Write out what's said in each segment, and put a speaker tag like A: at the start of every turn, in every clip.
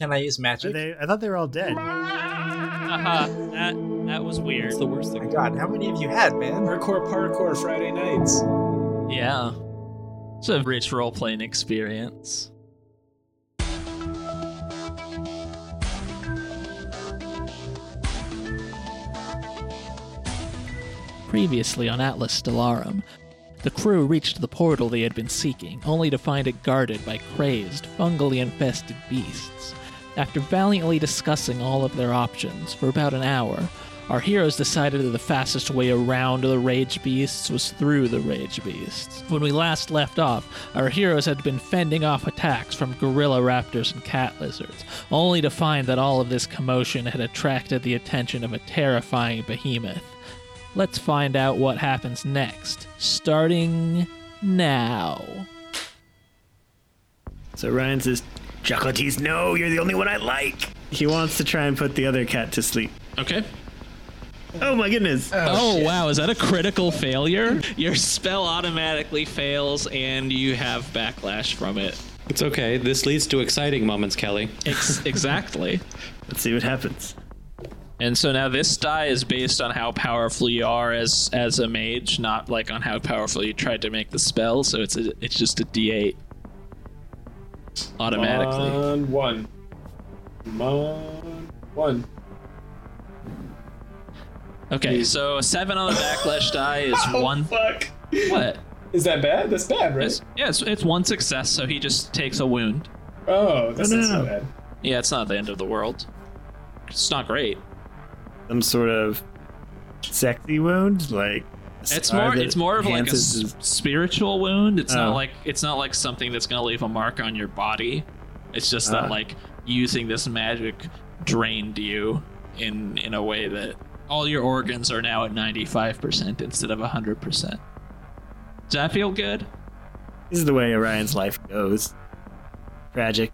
A: Can I use
B: Are
A: magic?
B: they, I thought they were all dead.
C: Haha, that that was weird.
D: It's the worst
A: Oh my
D: thing.
A: god, how many have you had, man?
E: Hardcore parkour Friday nights.
D: Yeah. It's a rich role playing experience.
F: Previously on Atlas Stellarum, the crew reached the portal they had been seeking, only to find it guarded by crazed, fungally infested beasts. After valiantly discussing all of their options for about an hour, our heroes decided that the fastest way around the rage beasts was through the rage beasts. When we last left off, our heroes had been fending off attacks from gorilla raptors and cat lizards, only to find that all of this commotion had attracted the attention of a terrifying behemoth. Let's find out what happens next, starting now.
B: So Ryan says, E.
G: Chocolates, no, you're the only one I like.
B: He wants to try and put the other cat to sleep.
D: Okay.
B: Oh my goodness.
D: Oh, wow, is that a critical failure? Your spell automatically fails and you have backlash from it.
H: It's okay. This leads to exciting moments, Kelly.
D: Ex- exactly.
B: Let's see what happens.
D: And so now this die is based on how powerful you are as as a mage, not like on how powerful you tried to make the spell. So it's a, it's just a d8 automatically.
E: Mon one. Mon one.
D: okay, so a seven on the backlash die is one.
E: Fuck.
D: What?
E: Is that bad? That's bad, right?
D: It's, yeah, it's, it's one success. So he just takes a wound.
E: Oh, that's
B: No,
E: not
B: no,
E: so
B: no.
E: bad.
D: Yeah, it's not the end of the world. It's not great.
B: Some sort of sexy wound, like a
D: It's
B: scar
D: more.
B: that
D: It's more of like a
B: enhances
D: s-
B: his-
D: spiritual wound. It's
B: Oh.
D: not like it's not like something that's gonna leave a mark on your body. It's just
B: Ah.
D: that like using this magic drained you in in a way that all your organs are now at ninety five percent instead of hundred percent. Does that feel good?
B: This is the way Orion's life goes. Tragic.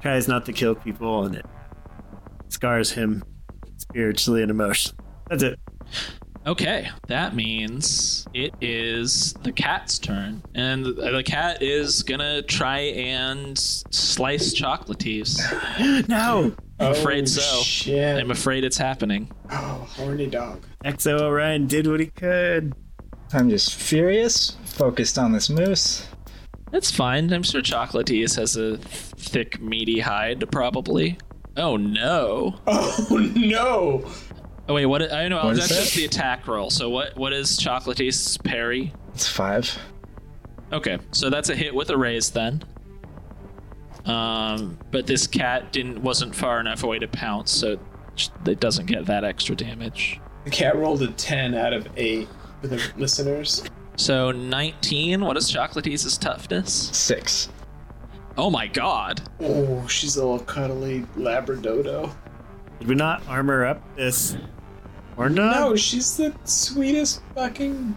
B: Tries not to kill people, and it scars him spiritually and emotionally. That's it.
D: Okay, that means it is the cat's turn, and the cat is gonna try and slice chocolates.
B: no!
E: I'm
A: Oh,
D: afraid so.
E: Shit.
D: I'm afraid it's happening.
E: Oh, horny dog.
B: XO Orion did what he could.
A: I'm just furious, focused on this moose.
D: That's fine. I'm sure Chocolates has a th- thick, meaty hide, probably. Oh no!
E: Oh no!
D: Oh wait, what? I know
A: What
D: that's
A: is
D: just
A: that?
D: the attack roll. So what? What is Chocolates' parry?
A: It's five.
D: Okay, so that's a hit with a raise then. Um, but this cat didn't wasn't far enough away to pounce, so it doesn't get that extra damage.
E: The cat rolled a ten out of eight for the listeners.
D: So 19. What is Chocolates' toughness?
A: Six.
D: Oh my god!
E: Oh, she's a little cuddly labradodo.
B: Did we not armor up this horn dog?
E: No, she's the sweetest fucking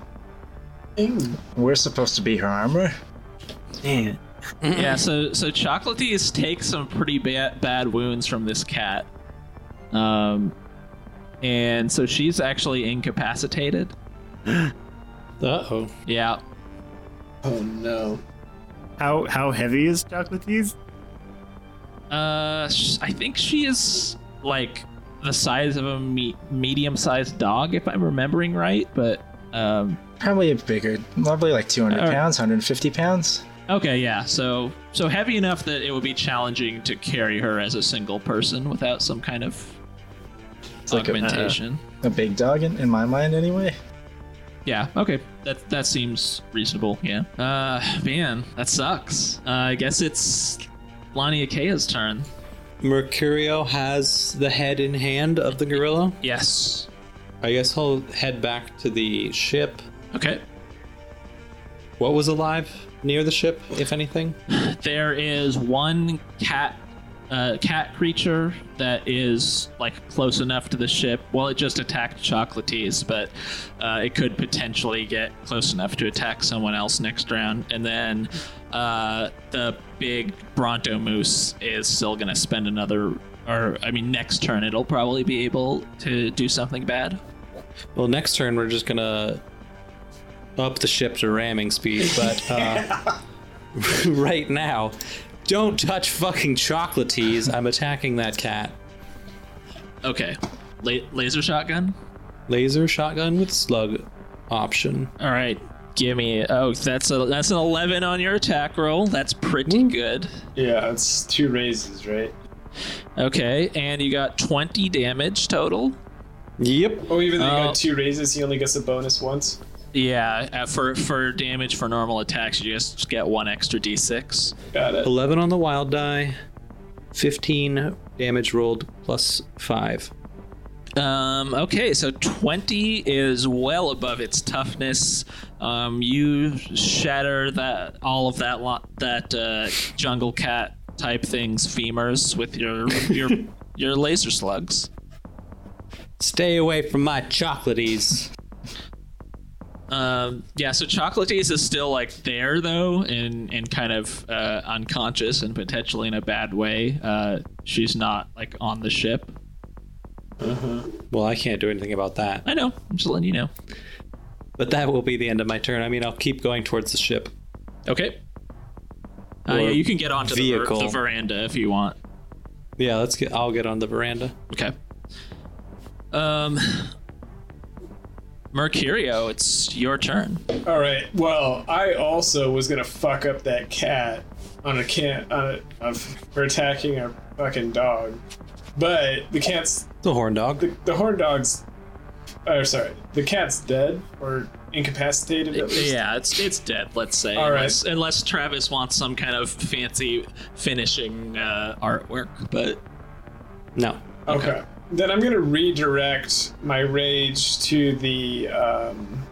E: thing.
A: We're supposed to be her armor.
B: Man.
D: Yeah, so so Chocolates takes some pretty bad bad wounds from this cat, um, and so she's actually incapacitated.
H: Uh oh.
D: Yeah,
E: Oh no.
B: How, how heavy is Chocolates?
D: uh, sh- I think she is like the size of a me- medium-sized dog, if I'm remembering right. But um,
A: Probably a bigger, probably like 200
D: Alright.
A: pounds, 150 pounds.
D: okay, yeah, so so heavy enough that it would be challenging to carry her as a single person without some kind of
A: like a- uh,
D: augmentation.
A: A big dog in, in my mind, anyway.
D: Yeah. Okay. That that seems reasonable. Yeah. Uh, man, that sucks. Uh, I guess it's Lonnie Akea's turn.
H: Mercurio has the head in hand of the gorilla.
D: Yes.
H: I guess he'll head back to the ship.
D: Okay.
H: What was alive near the ship, if anything?
D: There is one cat, uh, cat creature that is like close enough to the ship. Well, it just attacked Chocolates, but uh, it could potentially get close enough to attack someone else next round. And then uh, the big Bronto Moose is still gonna spend another, or I mean, next turn it'll probably be able to do something bad.
H: Well, next turn we're just gonna up the ship to ramming speed, but uh, right now Don't touch fucking chocolates. I'm attacking that cat.
D: Okay. La- laser shotgun?
H: Laser shotgun with slug option.
D: All right. Give me. Oh, that's a that's an 11 on your attack roll. That's pretty good.
E: Yeah, it's two raises, right?
D: Okay, and you got 20 damage total.
H: Yep.
E: Oh, even though you
D: Oh.
E: got two raises, he only gets a bonus once.
D: Yeah, uh, for for damage for normal attacks, you just get one extra d6.
E: Got it.
H: 11 on the wild die, 15 damage rolled plus 5.
D: Um, okay, so 20 is well above its toughness. Um, you shatter that all of that lo- that uh, jungle cat type things femurs with your your your laser slugs.
H: Stay away from my chocolates.
D: Um, yeah, so Chocolates is still like there though, and and kind of uh, unconscious and potentially in a bad way. Uh, she's not like on the ship.
H: well, I can't do anything about that.
D: I know. I'm just letting you know.
H: But that will be the end of my turn. I mean, I'll keep going towards the ship.
D: Okay. Uh,
H: Or
D: yeah, you can get onto the, ver-
H: vehicle.
D: the veranda if you want.
H: Yeah, let's get I'll get on the veranda.
D: Okay. Um, Mercurio, it's your turn.
E: All right. Well, I also was gonna fuck up that cat on a can on a, of for attacking our fucking dog, but the cat's
H: The horn dog.
E: the, the horn dog's. Oh, sorry. The cat's dead or incapacitated at least.
D: Yeah, it's it's dead. Let's say.
E: All right.
D: unless, unless Travis wants some kind of fancy finishing uh, artwork, but
H: No.
E: Okay. Then I'm gonna redirect my rage to the um,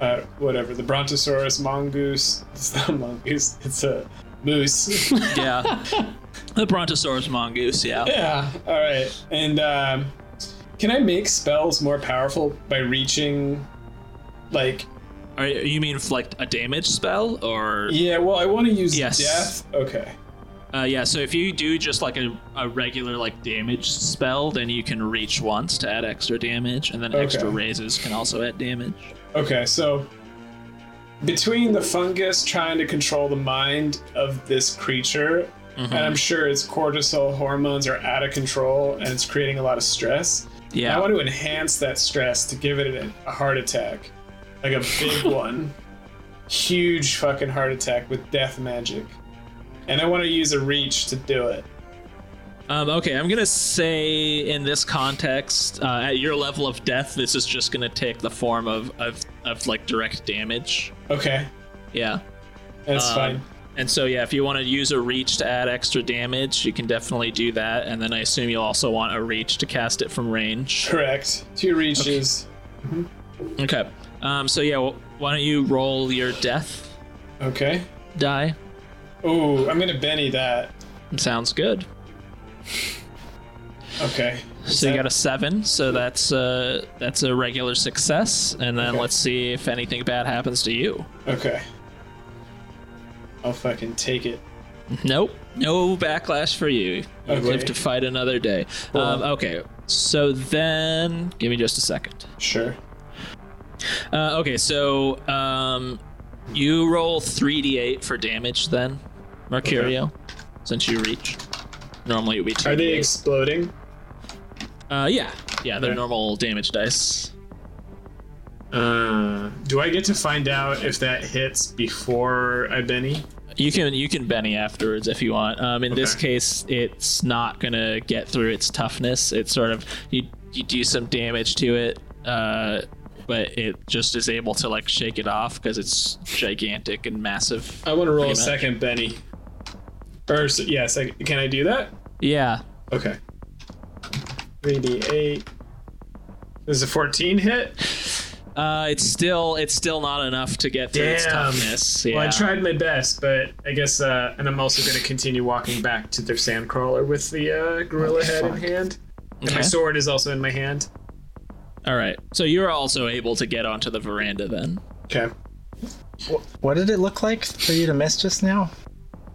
E: uh, whatever the Brontosaurus mongoose. It's not a mongoose. It's a moose.
D: yeah, the Brontosaurus mongoose. Yeah.
E: yeah. All right. And um, can I make spells more powerful by reaching? Like,
D: Are, you- you mean like a damage spell or?
E: yeah. Well, I want to use
D: Yes.
E: death. Okay.
D: Uh, yeah, so if you do just like a, a regular like damage spell, then you can reach once to add extra damage, and then
E: Okay.
D: extra raises can also add damage.
E: Okay, so between the fungus trying to control the mind of this creature,
D: Mm-hmm.
E: and I'm sure its cortisol hormones are out of control and it's creating a lot of stress.
D: Yeah.
E: I want to enhance that stress to give it a, a heart attack. Like a big one. Huge fucking heart attack with death magic. And I want to use a reach to do it.
D: Um, okay, I'm gonna say in this context, uh, at your level of death, this is just gonna take the form of of, of like direct damage.
E: Okay,
D: Yeah.
E: that's
D: Um,
E: fine.
D: And so yeah, if you want to use a reach to add extra damage, you can definitely do that. And then I assume you'll also want a reach to cast it from range.
E: Correct. Two reaches.
D: Okay. Um, so yeah, wh- why don't you roll your death
E: Okay.
D: die?
E: Oh, I'm gonna Benny that.
D: Sounds good.
E: Okay.
D: So you got a seven, so that's uh that's a regular success. And then
E: Okay.
D: let's see if anything bad happens to you.
E: Okay. I'll fucking take it.
D: Nope, no backlash for you. You
E: Okay.
D: live to fight another day. Um, okay, so then give me just a second.
E: Sure.
D: Uh, okay, so um, you roll three d8 for damage then, Mercurio, since you reach. Normally it would be two.
E: Are they
D: d8.
E: exploding?
D: uh, yeah, yeah, they're normal damage dice.
E: Uh, do I get to find out if that hits before I Benny?
D: You can you can Benny afterwards if you want. Um, in this
E: Okay.
D: case, it's not gonna get through its toughness. It's sort of you you do some damage to it, uh, but it just is able to like shake it off because it's gigantic and massive. Uh,
E: I want to roll
D: Pretty
E: a
D: much.
E: second Benny. Or s- yeah, sec- can I do that?
D: Yeah,
E: Okay. Three D eight. Is a fourteen hit?
D: uh, it's still it's still not enough to get through its
E: Damn.
D: toughness. Yeah.
E: Well, I tried my best, but I guess, uh, and I'm also going to continue walking back to the sandcrawler with the uh, gorilla head in hand. And my
D: Okay.
E: sword is also in my hand.
D: All right, so you're also able to get onto the veranda then.
E: Okay.
A: What did it look like for you to miss just now?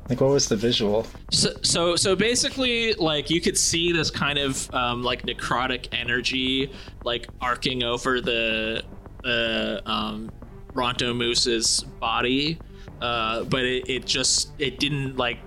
A: Like, what was the visual?
D: So, so, so basically, like you could see this kind of um, like necrotic energy, like arcing over the the um, Bronto Moose's body, uh, but it, it just it didn't like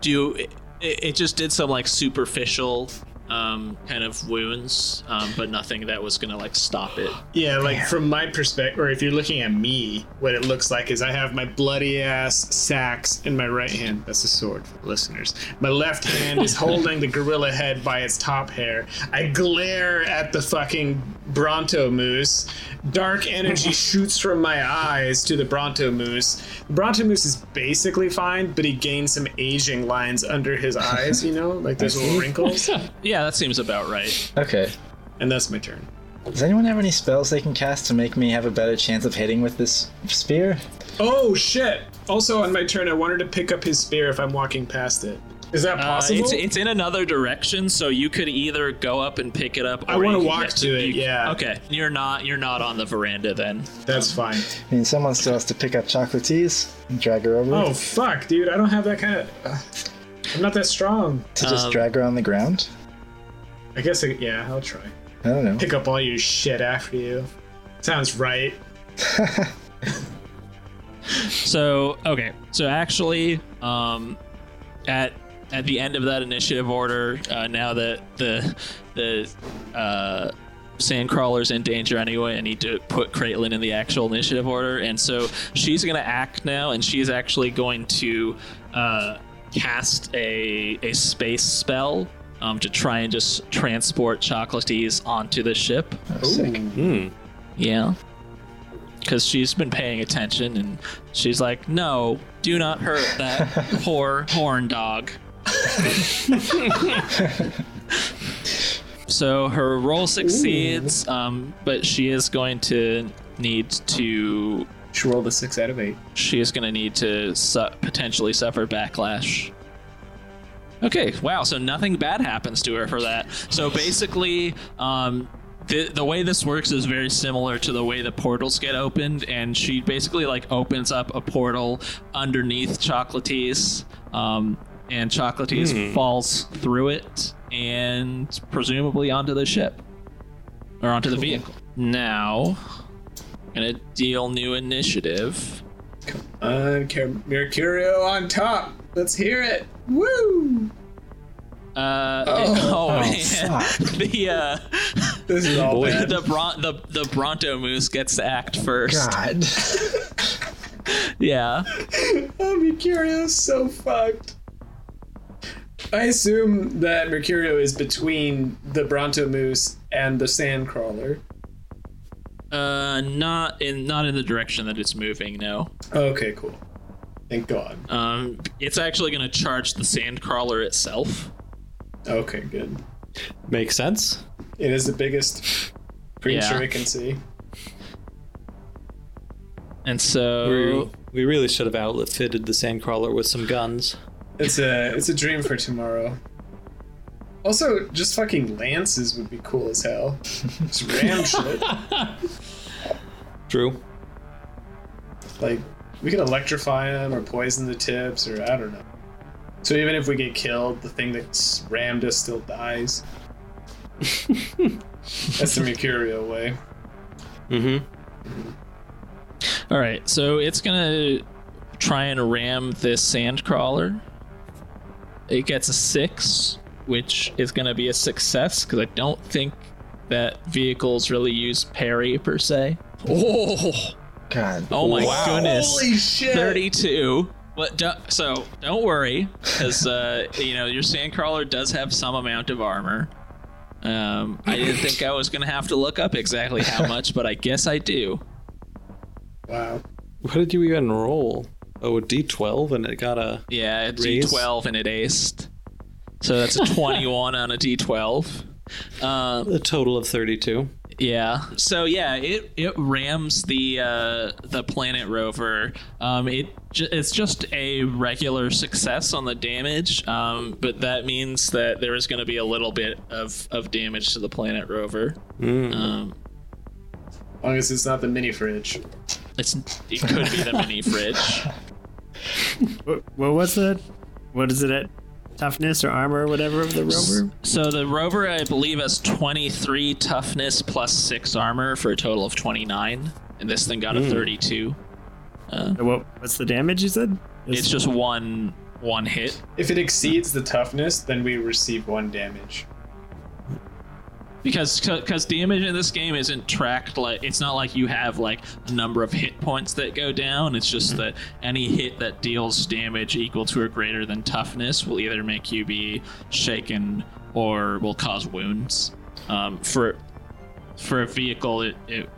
D: do it, it just did some like superficial um, kind of wounds, um, but nothing that was gonna like stop it.
E: Yeah, like from my perspective, or if you're looking at me, what it looks like is I have my bloody ass sacks in my right hand. That's a sword for the listeners. My left hand is holding the gorilla head by its top hair. I glare at the fucking Bronto moose. Dark energy shoots from my eyes to the Bronto moose. The Bronto moose is basically fine, but he gains some aging lines under his eyes, you know? Like there's little wrinkles.
D: Yeah, that seems about right.
A: Okay.
E: And that's my turn.
A: Does anyone have any spells they can cast to make me have a better chance of hitting with this spear?
E: Oh shit! Also, on my turn, I wanted to pick up his spear if I'm walking past it. Is that
D: Uh,
E: possible?
D: it's it's in another direction, so you could either go up and pick it up. Or
E: I wanna
D: you can
E: walk
D: get
E: to it,
D: you-
E: yeah.
D: Okay. You're not you're not on the veranda then.
E: That's fine.
A: I mean, someone still has to pick up Chocolatees and drag her over
E: Oh fuck, dude! I don't have that kind of. Uh, I'm not that strong.
A: to just
D: um,
A: drag her on the ground.
E: I guess. I, yeah, I'll try.
A: I don't know.
E: Pick up all your shit after you. Sounds right.
D: So okay, so actually, um, at at the end of that initiative order, uh, now that the the uh, Sandcrawler's in danger anyway, I need to put Caitlin in the actual initiative order, and so she's gonna act now, and she's actually going to uh, cast a a space spell. Um, to try and just transport Chocolates onto the ship.
A: Oh, sick.
D: Yeah. Because she's been paying attention and she's like, no, do not hurt that poor horn dog. so her roll succeeds, um, but she is going to need to.
E: She rolled a six out of eight.
D: She is going to need to su- potentially suffer backlash. Okay, wow. So nothing bad happens to her for that. So basically, um, the, the way this works is very similar to the way the portals get opened, and she basically like opens up a portal underneath Chocolates, um, and Chocolates falls through it and presumably onto the ship or onto the vehicle. Now, gonna deal new initiative.
E: Uh, Car- Mercurio on top. Let's hear it. Woo!
D: Uh,
E: Oh. Oh,
D: oh, man, the uh,
E: This is all
H: Boy.
E: bad.
D: the Bron- the the Bronto Moose gets to act first.
A: God.
D: Yeah.
E: Oh, Mercurio's so fucked. I assume that Mercurio is between the Bronto Moose and the Sandcrawler.
D: Uh, not in not in the direction that it's moving. No.
E: Okay, cool. Thank God.
D: Um, it's actually going to charge the Sandcrawler itself.
E: Okay, good.
H: Makes sense.
E: It is the biggest creature
D: Yeah.
E: we can see.
D: And so,
H: We, we really should have outfitted the sandcrawler with some guns.
E: It's a it's a dream for tomorrow. Also, just fucking lances would be cool as hell. Just ram shit.
H: Drew,
E: Like we could electrify them or poison the tips or I don't know. So even if we get killed, the thing that rammed us still dies. That's the Mercurio way.
H: Mm-hmm.
D: all right. So it's going to try and ram this Sandcrawler. It gets a six, which is going to be a success because I don't think that vehicles really use parry per se. Oh,
A: God.
D: oh my goodness!
E: shit!
D: 32. But do- so don't worry, because uh, you know your sandcrawler does have some amount of armor. Um, I didn't think I was gonna have to look up exactly how much, but I guess I do.
E: Wow.
H: what did you even roll? Oh, a d12 and it got a.
D: Yeah, it's
H: Raise?
D: D12 and it aced, so that's a 21 on a D12. Um,
H: A total of 32.
D: Yeah. So yeah, it it rams the uh, the planet rover. Um, it ju- it's just a regular success on the damage, um, but that means that there is going to be a little bit of of damage to the planet rover. Um,
E: As long as it's not the mini fridge.
D: it's it could be the mini fridge.
B: What, what was that? What is it at? Toughness or armor or whatever of the rover?
D: So the rover, I believe, has 23 toughness plus six armor for a total of 29, and this thing got a 32.
B: What, what's the damage you said?
D: It's just one one hit.
E: If it exceeds the toughness, then we receive one damage.
D: Because because damage in this game isn't tracked like it's not like you have like a number of hit points that go down. It's just that any hit that deals damage equal to or greater than toughness will either make you be shaken or will cause wounds. Um, for for a vehicle, it, it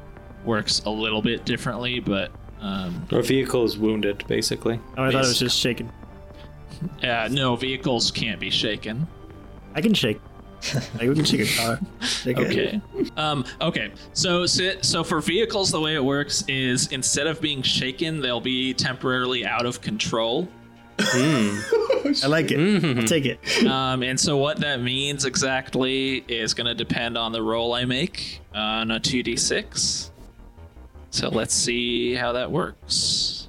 D: works a little bit differently, but um,
H: Our vehicle is wounded, basically.
B: Oh, I thought it was just shaking.
D: uh, no vehicles can't be shaken.
B: I can shake. Like we can shake a car. Shake it.
D: Okay. um, okay. So, so so for vehicles, the way it works is instead of being shaken, they'll be temporarily out of control.
B: I like it. I'll take it.
D: Um, and so what that means exactly is going to depend on the roll I make on a 2d6. So let's see how that works.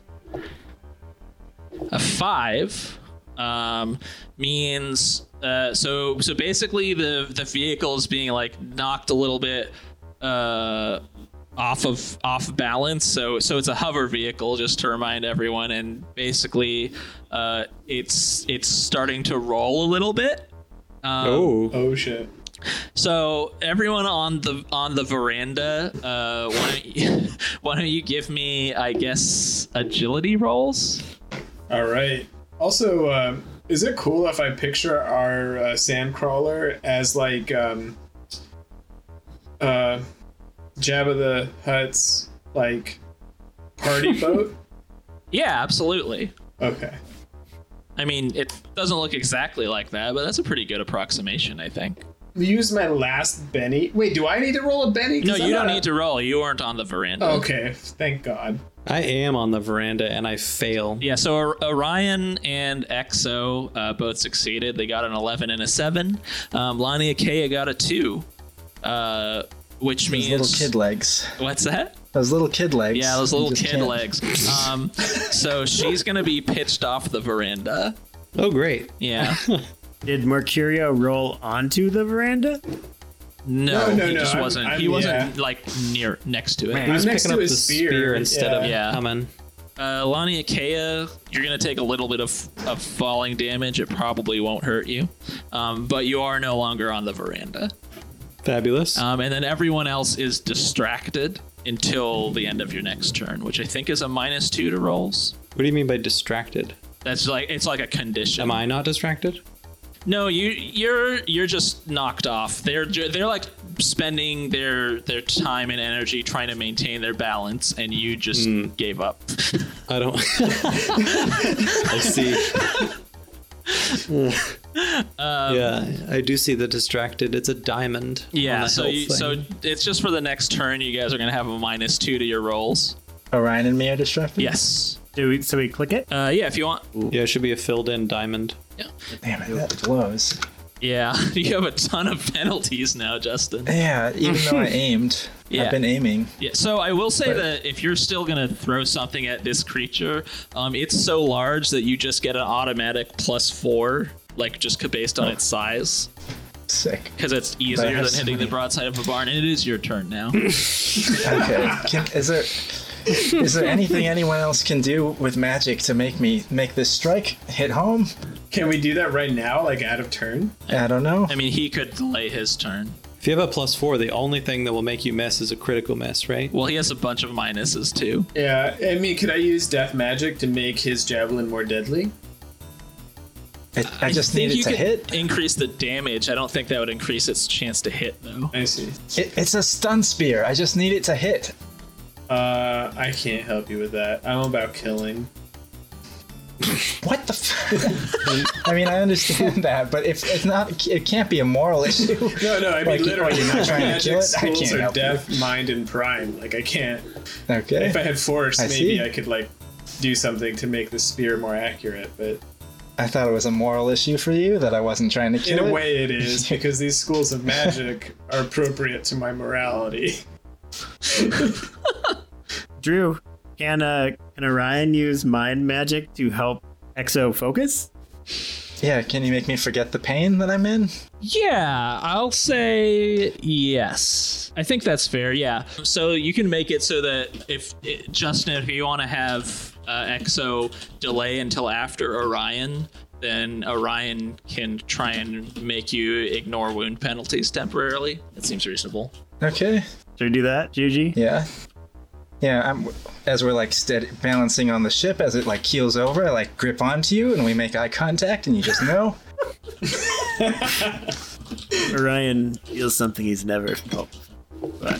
D: A five um, means uh, so so basically the the vehicle is being like knocked a little bit uh, off of off balance. So so it's a hover vehicle, just to remind everyone. And basically, uh, it's it's starting to roll a little bit. Um,
H: Oh,
E: Oh shit.
D: So everyone on the on the veranda, uh, why don't you, why don't you give me, I guess, agility rolls?
E: All right. Also, um, is it cool if I picture our uh, sand crawler as like um, uh, Jabba the Hutt's like party boat?
D: Yeah, absolutely.
E: Okay.
D: I mean, it doesn't look exactly like that, but that's a pretty good approximation, I think.
E: Use my last Benny. Wait, do I need to roll a Benny? 'Cause
D: No,
E: I'm
D: you don't
E: not-
D: need to roll. You weren't on the veranda.
E: Okay, thank God.
H: I am on the veranda and I fail.
D: Yeah, so Or- Orion and Exo uh, both succeeded. They got an 11 and a 7. Um, Lani Akea got a 2, uh, which
A: Those little
D: means.
A: kid legs.
D: What's that?
A: Those little kid legs.
D: Yeah, those
A: You
D: little
A: just
D: kid
A: can't-
D: legs. Um, so she's going to be pitched off the veranda.
H: Oh, great.
D: Yeah.
B: Did Mercurio roll onto the veranda?
D: No,
E: No, no,
D: he
E: no,
D: just
E: I'm-
D: wasn't.
E: I'm-
D: he wasn't,
E: yeah.
D: like, near next to it.
H: He was
E: I'm next
H: picking
E: to
H: up the
E: his
H: spear,
E: spear,
H: instead of
D: yeah.
H: coming.
D: Uh, Lani Akea, you're going to take a little bit of, of falling damage. It probably won't hurt you. Um, but you are no longer on the veranda.
H: Fabulous.
D: Um, and then everyone else is distracted until the end of your next turn, which I think is a minus two to rolls.
H: what do you mean by distracted?
D: That's like it's like a condition.
H: Am I not distracted?
D: No, you you're you're just knocked off. They're ju- they're like spending their their time and energy trying to maintain their balance, and you just
H: Hmm.
D: gave up.
H: I don't. I see.
D: Um,
H: yeah, I do see the distracted. It's a diamond. on
D: yeah.
H: the
D: So
H: health
D: you,
H: thing.
D: so it's just for the next turn. You guys are gonna have a minus two to your rolls.
A: Orion and me are distracted.
D: Yes.
B: Do we, so we click it?
D: Uh, yeah. If you want.
H: yeah, it should be a filled-in diamond.
A: Damn it, that blows.
D: Yeah. you have a ton of penalties now, Justin.
A: Yeah, even though I aimed,
D: Yeah.
A: I've been aiming.
D: Yeah, so I will say
A: But-
D: that if you're still gonna throw something at this creature, um, it's so large that you just get an automatic plus four, like just c- based on its size,
A: Sick.
D: because it's easier than
A: That's
D: hitting the
A: funny.
D: broadside of a barn. And it is your turn now.
A: Okay. Can, is there is there anything anyone else can do with magic to make me make this strike hit home?
E: Can we do that right now, like out of turn?
A: I don't know.
D: I mean, he could delay his turn.
H: If you have a plus four, the only thing that will make you miss is a critical miss, right?
D: Well, he has a bunch of minuses too.
E: Yeah, I mean, could I use death magic to make his javelin more deadly?
A: I, I just
D: think
A: needed
D: you
A: to
D: could
A: hit.
D: increase the damage. I don't think that would increase its chance to hit though.
E: I see.
A: It, it's a stun spear. I just need it to hit.
E: Uh, I can't help you with that. I'm about killing.
A: What the? F- I mean, I understand that, but if it's not, it can't be a moral issue.
E: No, no, I mean
A: Like, oh,
E: literally.
A: you're not trying to
E: magic
A: kill it? I
E: schools
A: can't
E: are
A: help you.
E: death, mind, and prime. Like I can't.
A: Okay.
E: If I had force,
A: I
E: maybe
A: see.
E: I could like do something to make the spear more accurate. But
A: I thought it was a moral issue for you that I wasn't trying to
E: in
A: kill
E: a
A: it.
E: way, it is because these schools of magic are appropriate to my morality.
B: Drew, can uh, can Orion use mind magic to help Exo focus?
A: Yeah, can you make me forget the pain that I'm in?
D: Yeah, I'll say yes. I think that's fair. Yeah. So you can make it so that if it, Justin, if you want to have uh, Exo delay until after Orion, then Orion can try and make you ignore wound penalties temporarily. It seems reasonable.
A: Okay.
B: Should we do that, Juji?
A: Yeah. Yeah, I'm, as we're like steady, balancing on the ship as it like keels over, I like grip onto you and we make eye contact and you just know.
B: Orion feels something he's never felt, but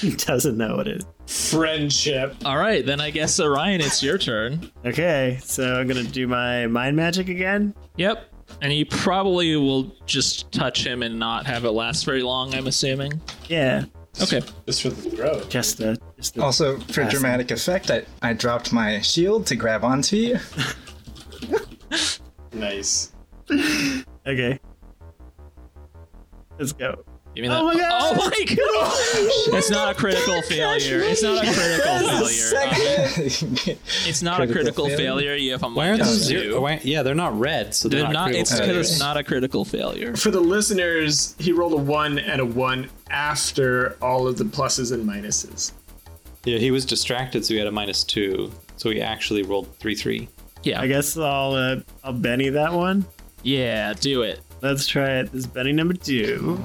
B: he doesn't know what it is.
E: Friendship.
D: All right, then I guess Orion, it's your turn.
B: Okay, so I'm gonna do my mind magic again.
D: Yep. And you probably will just touch him and not have it last very long, I'm assuming.
B: Yeah,
D: Okay.
E: Just for the throw.
B: just the just the
A: Also, for dramatic effect, I, I dropped my shield to grab onto you.
E: Nice.
B: okay. Let's go.
D: Give me that.
B: Oh my god!
D: Oh my god! it's not a critical failure. It's not a critical
A: Oh,
D: failure. Uh, it's not a
A: Critical
D: critical
A: failure.
D: failure. You have a
H: Why aren't
D: minus
H: those
D: two.
H: zero? Why, yeah, they're not red, so they're,
D: They're not.
H: critical
D: It's
H: failures.
D: because it's not a critical failure.
E: For the listeners, he rolled a one and a one after all of the pluses and minuses.
H: Yeah, he was distracted, so he had a minus two. So he actually rolled three three.
B: I guess I'll uh, I'll Benny that one.
D: Yeah, do it.
B: Let's try it. This is Benny number two.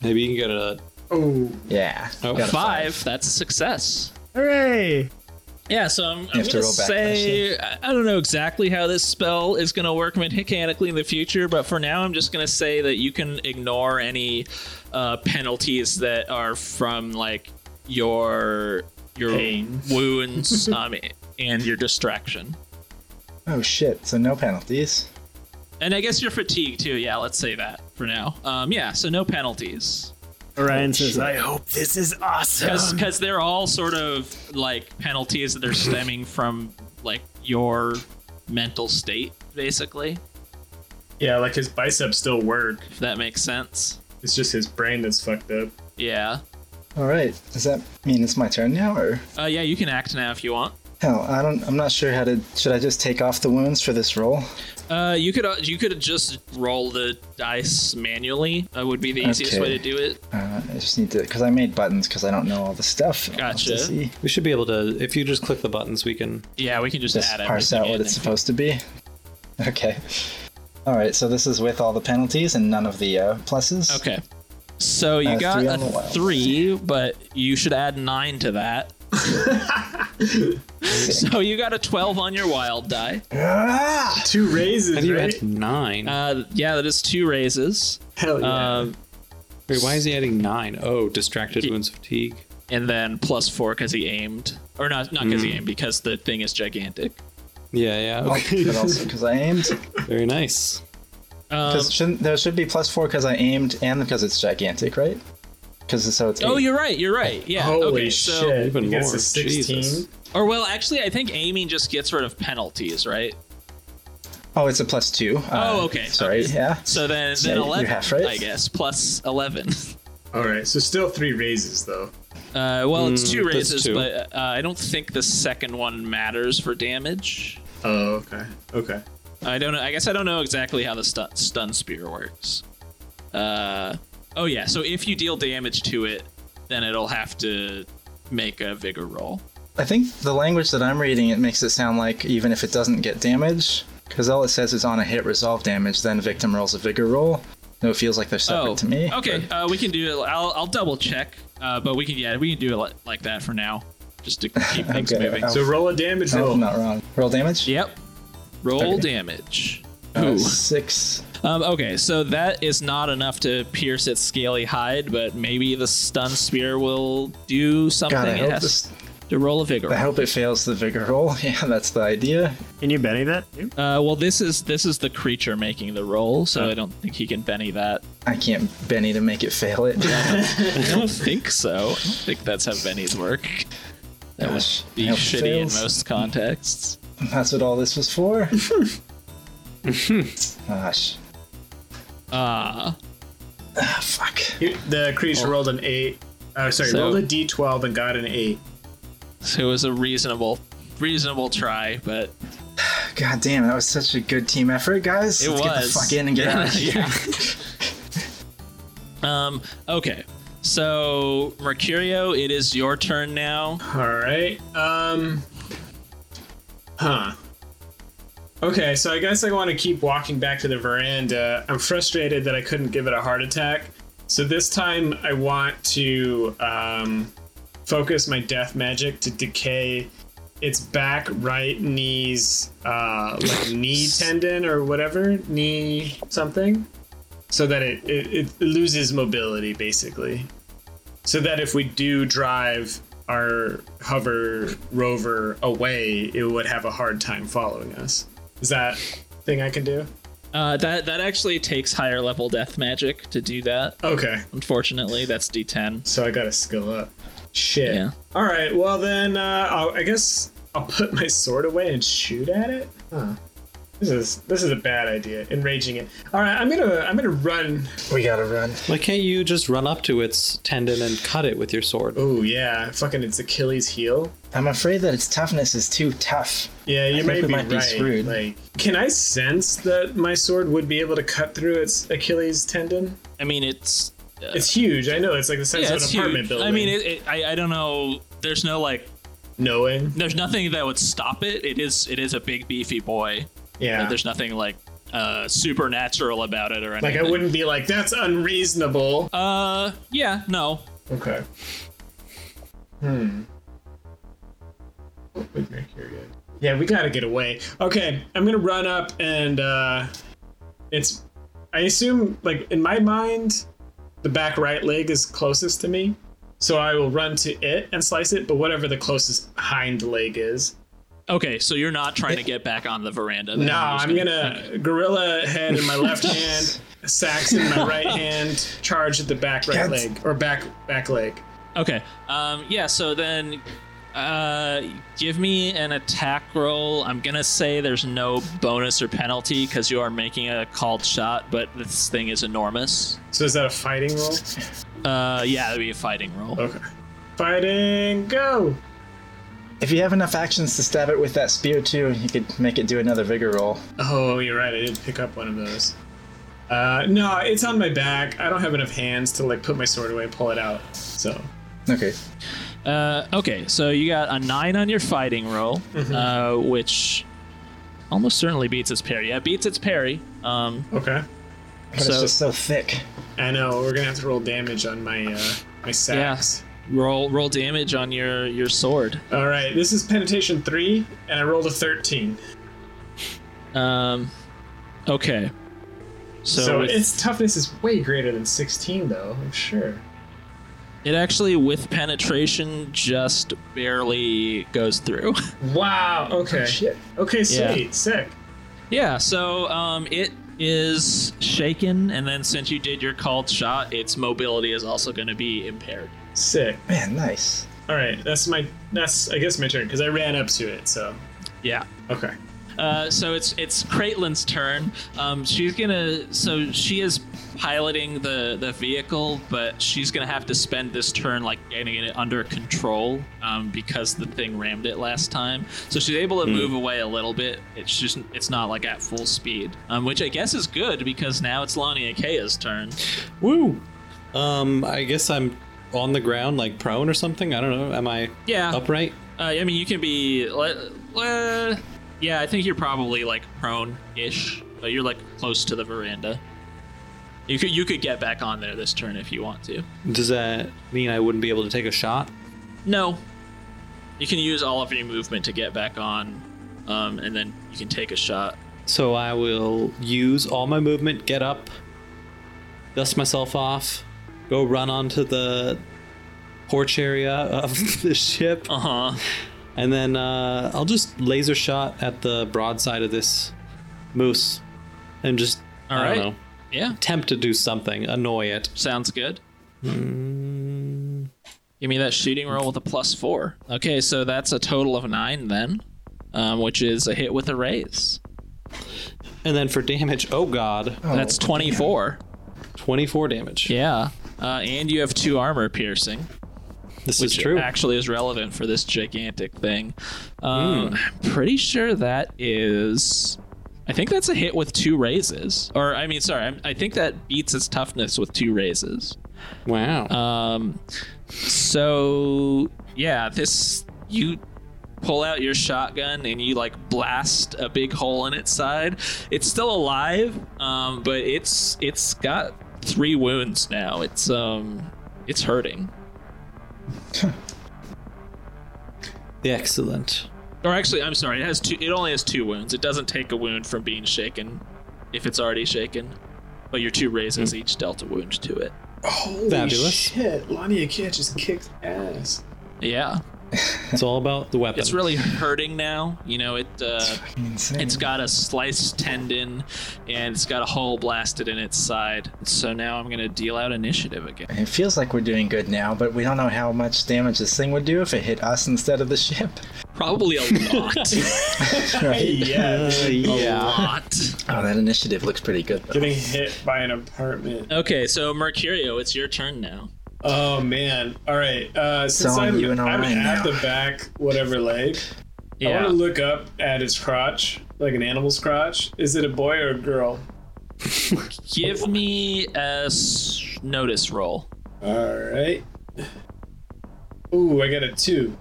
H: Maybe you can get a
E: Oh,
A: Yeah.
H: oh,
A: Got a
D: Five. That's a success.
B: Hooray!
D: Yeah, so I'm, I'm
A: have to
D: gonna
A: roll back,
D: say I I don't know exactly how this spell is gonna work mechanically in the future, but for now I'm just gonna say that you can ignore any uh, penalties that are from like your your
E: Pain.
D: wounds um, and your distraction,
A: Oh shit, so no penalties.
D: and I guess your fatigue too. Yeah, let's say that for now. Um, yeah, so no penalties.
B: Orion says, "I hope this is
D: because
B: awesome."
D: because they're all sort of like penalties that are stemming from like your mental state basically
E: yeah, like his biceps still work.
D: if that makes sense
E: It's just his brain that's fucked up.
D: yeah
A: Alright. Does that mean it's my turn now or
D: uh, yeah you can act now if you want
A: hell, I don't I'm not sure how to should I just take off the wounds for this roll?
D: uh, you could uh, you could just roll the dice manually that would be the easiest
A: Okay.
D: way to do it
A: Uh, I just need to because I made buttons because I don't know all the stuff. I'll have to
D: Gotcha.
A: see.
H: We should be able to if you just click the buttons, we can.
D: yeah we can just,
A: Just
D: add
A: parse
D: everything
A: out what
D: in.
A: it's supposed to be. Okay. Alright, so this is with all the penalties and none of the uh, pluses.
D: okay so you
A: Uh,
D: got
A: three
D: a
A: on the wild.
D: three but you should add nine to that so you got a 12 on your wild die
A: Ah!
E: Two raises,
H: How do you
E: right?
H: add nine?
D: uh, yeah that is two raises
E: Hell yeah.
D: Um,
H: Wait, why is he adding nine? Oh, distracted wounds fatigue.
D: and then plus four because he aimed, or not not because he
A: Hmm.
D: aimed, because the thing is gigantic.
H: Yeah, yeah. Okay.
A: but Oh, also because I aimed.
H: Very nice.
D: Um,
A: 'Cause shouldn't, there should be plus four because I aimed and because it's gigantic, right? Because so it's.
D: oh,
A: eight.
D: you're right. You're right. Yeah.
E: Holy
D: okay.
E: shit!
D: So,
H: even
E: He gets
H: more,
E: a sixteen.
H: Jesus.
D: or well, actually, I think aiming just gets rid of penalties, right?
A: Oh, it's a plus two. Uh,
D: Oh, okay.
A: Sorry.
D: Okay.
A: Yeah.
D: So then,
A: So
D: then
A: you're
D: eleven,
A: half right.
D: I guess, plus eleven.
E: All right, so still three raises though.
D: Uh, well, it's two
H: that's
D: raises,
H: two.
D: but uh, I don't think the second one matters for damage.
E: Oh, okay, okay.
D: I don't know. I guess I don't know exactly how the stun, stun spear works. Uh, oh yeah. So if you deal damage to it, then it'll have to make a vigor roll.
A: I think the language that I'm reading it makes it sound like even if it doesn't get damage, because all it says is on a hit resolve damage, then victim rolls a vigor roll. No, it feels like they're separate
D: oh,
A: to me.
D: okay. Uh, we can do it. I'll, I'll double check. Uh, but we can yeah we can do it li- like that for now, just to keep things
A: Okay, Oh.
D: moving.
A: I'll-
E: So roll a damage
A: I hope
E: roll.
A: I'm not wrong. Roll damage.
D: Yep. Roll
A: Okay.
D: damage.
A: Uh,
D: Ooh.
A: six.
D: Um, okay, so that is not enough to pierce its scaly hide, but maybe the stun spear will do something.
A: God, I
D: It
A: hope
D: has
A: this.
D: to roll a vigor.
A: I hope it fails the vigor roll. Yeah, that's the idea.
B: Can you Benny that too?
D: Uh, well, this is this is the creature making the roll, so
A: Oh.
D: I don't think he can Benny that.
A: I can't Benny to make it fail it.
D: I don't think so. I don't think that's how Bennies work. That would
A: Gosh,
D: be
A: I hope it
D: shitty
A: fails.
D: in most contexts.
A: That's what all this was for. Ah, Gosh.
D: Uh,
A: Ah, fuck.
E: He- The creature rolled an eight. Oh, sorry,
D: So-
E: rolled a d12 and got an eight.
D: so it was a reasonable reasonable try, but
A: God damn, that was such a good team effort, guys.
D: It
A: Let's get the
D: was.
A: fuck in and get out of here.
D: um, okay. So Mercurio, it is your turn now.
E: All right. Um, Huh. Okay, so I guess I want to keep walking back to the veranda. I'm frustrated that I couldn't give it a heart attack. So this time I want to um, focus my death magic to decay its back right knee's uh, like knee tendon or whatever, knee something, so that it, it, it loses mobility basically. So that if we do drive our hover rover away, it would have a hard time following us. Is that a thing I can do?
I: Uh, that that actually takes higher level death magic to do that.
E: Okay,
I: Unfortunately, that's D10.
E: so I gotta skill up. Shit.
I: Yeah.
E: All right. Well then, uh, I'll, I guess I'll put my sword away and shoot at it. Huh. This is this is a bad idea. Enraging it. All right. I'm gonna I'm gonna run.
A: We gotta run.
H: Why can't you just run up to its tendon and cut it with your sword?
E: Oh yeah. Fucking it's Achilles' heel.
A: I'm afraid that its toughness is too tough.
E: Yeah, you
A: think
E: may
A: we
E: be
A: might be
E: right.
A: screwed.
E: Like, can I sense that my sword would be able to cut through its Achilles tendon?
D: I mean, it's
E: It's huge. I know. It's like the size
D: yeah,
E: of
D: it's
E: an apartment
D: huge.
E: building.
D: I mean, it, it, I I don't know. There's no like,
E: knowing.
D: there's nothing that would stop it. It is it is a big beefy boy.
E: Yeah.
D: There's nothing like uh supernatural about it or anything.
E: Like I wouldn't be like that's unreasonable.
D: Uh, yeah, no.
E: Okay. Hmm. What would make her good? Yeah, we gotta get away. Okay, I'm gonna run up and uh it's I assume like in my mind the back right leg is closest to me. So I will run to it and slice it, but whatever the closest hind leg is.
D: Okay, so you're not trying to get back on the veranda. then.
E: No,
D: You're just
E: I'm gonna gorilla head in my left hand, sax in my right hand, charge at the back right
A: Yes.
E: leg or back back leg.
D: Okay. Um, yeah, so then uh, give me an attack roll. I'm going to say there's no bonus or penalty because you are making a called shot, but this thing is enormous.
E: So is that a fighting roll?
D: Uh, yeah, that'd be a fighting roll.
E: Okay. Fighting, go!
A: If you have enough actions to stab it with that spear too, you could make it do another vigor roll.
E: Oh, you're right. I did pick up one of those. Uh, no, it's on my back. I don't have enough hands to like put my sword away, pull it out. So
A: Okay.
E: Oh.
D: Uh, okay, so you got a nine on your fighting roll,
E: Mm-hmm.
D: uh, which almost certainly beats its parry. Yeah, beats its parry. Um,
E: okay.
A: But it's
D: So-
A: just so thick.
E: I know we're gonna have to roll damage on my uh, my sacks.
D: roll roll damage on your your sword.
E: All right, this is penetration three, and I rolled a thirteen.
D: Um, okay. So,
E: So,
D: with-
E: its toughness is way greater than sixteen, though. I'm sure.
D: It actually, with penetration, just barely goes through.
E: Wow. Okay.
A: Shit.
E: Okay.
D: Yeah.
E: Sweet. Sick.
D: yeah, so um, it is shaken, and then since you did your called shot, its mobility is also going to be impaired.
E: Sick.
A: Man, nice.
E: All right. That's my. That's I guess my turn because I ran up to it. So
D: Yeah.
E: okay.
D: Uh, so it's it's Craitlin's turn. Um, she's gonna. So she is piloting the the vehicle, but she's gonna have to spend this turn like getting it under control um, because the thing rammed it last time. So she's able to move away a little bit. It's just it's not like at full speed, um, which I guess is good because now it's Lonnie Akea's turn.
H: Woo! Um, I guess I'm on the ground, like prone or something. I don't know. Am I
D: Yeah.
H: upright?
D: Uh, I mean, you can be. le- le- yeah, I think you're probably like prone-ish, but you're like close to the veranda. You could you could get back on there this turn if you want to.
H: Does that mean I wouldn't be able to take a shot?
D: No, you can use all of your movement to get back on, um, and then you can take a shot.
H: So I will use all my movement, get up, dust myself off, go run onto the porch area of the ship,
D: Uh huh.
H: and then uh, I'll just laser shot at the broadside of this moose, and just
D: All
H: I
D: right.
H: don't know,
D: Yeah,
H: attempt to do something, annoy it.
D: sounds good. Give me that shooting roll with a plus four. Okay, so that's a total of nine then, um, which is a hit with a raise.
H: And then for damage, oh god,
D: that's twenty-four.
H: 24 damage.
D: Yeah. Uh, and you have two armor piercing,
H: this is
D: which
H: true.
D: actually is relevant for this gigantic thing.
H: Hmm.
D: Um, I'm pretty sure that is. I think that's a hit with two raises. Or, I mean, sorry, I'm, I think that beats its toughness with two raises.
H: wow.
D: uh, Um, so, yeah, this. You pull out your shotgun and you like blast a big hole in its side. It's still alive, um, but it's it's got three wounds now. It's um it's hurting.
H: Excellent.
D: Or actually, I'm sorry. It has two. It only has two wounds. It doesn't take a wound from being shaken, if it's already shaken. But your two raises each dealt a wound to it.
E: Holy
H: Fabulous.
E: shit, Lonnie Akit just kicked ass.
D: Yeah,
H: It's all about the weapon.
D: it's really hurting now. You know, it uh,
A: Insane.
D: it's got a sliced tendon, and it's got a hole blasted in its side. So now I'm gonna deal out initiative again.
A: It feels like we're doing good now, but we don't know how much damage this thing would do if it hit us instead of the ship.
D: Probably a lot,
A: Right?
E: Yeah.
D: a lot.
A: Oh, that initiative looks pretty good. Though.
E: Getting hit by an apartment.
D: Okay, so Mercurio, it's your turn now.
E: Oh man. All right. Uh, since
A: So I'm
E: I'm,
A: you and
E: I'm
A: Orion now.
E: at the back, whatever leg, I want to look up at his crotch, like an animal's crotch. Is it a boy or a girl?
D: Give me a s- notice roll.
E: All right. Ooh, I got a two.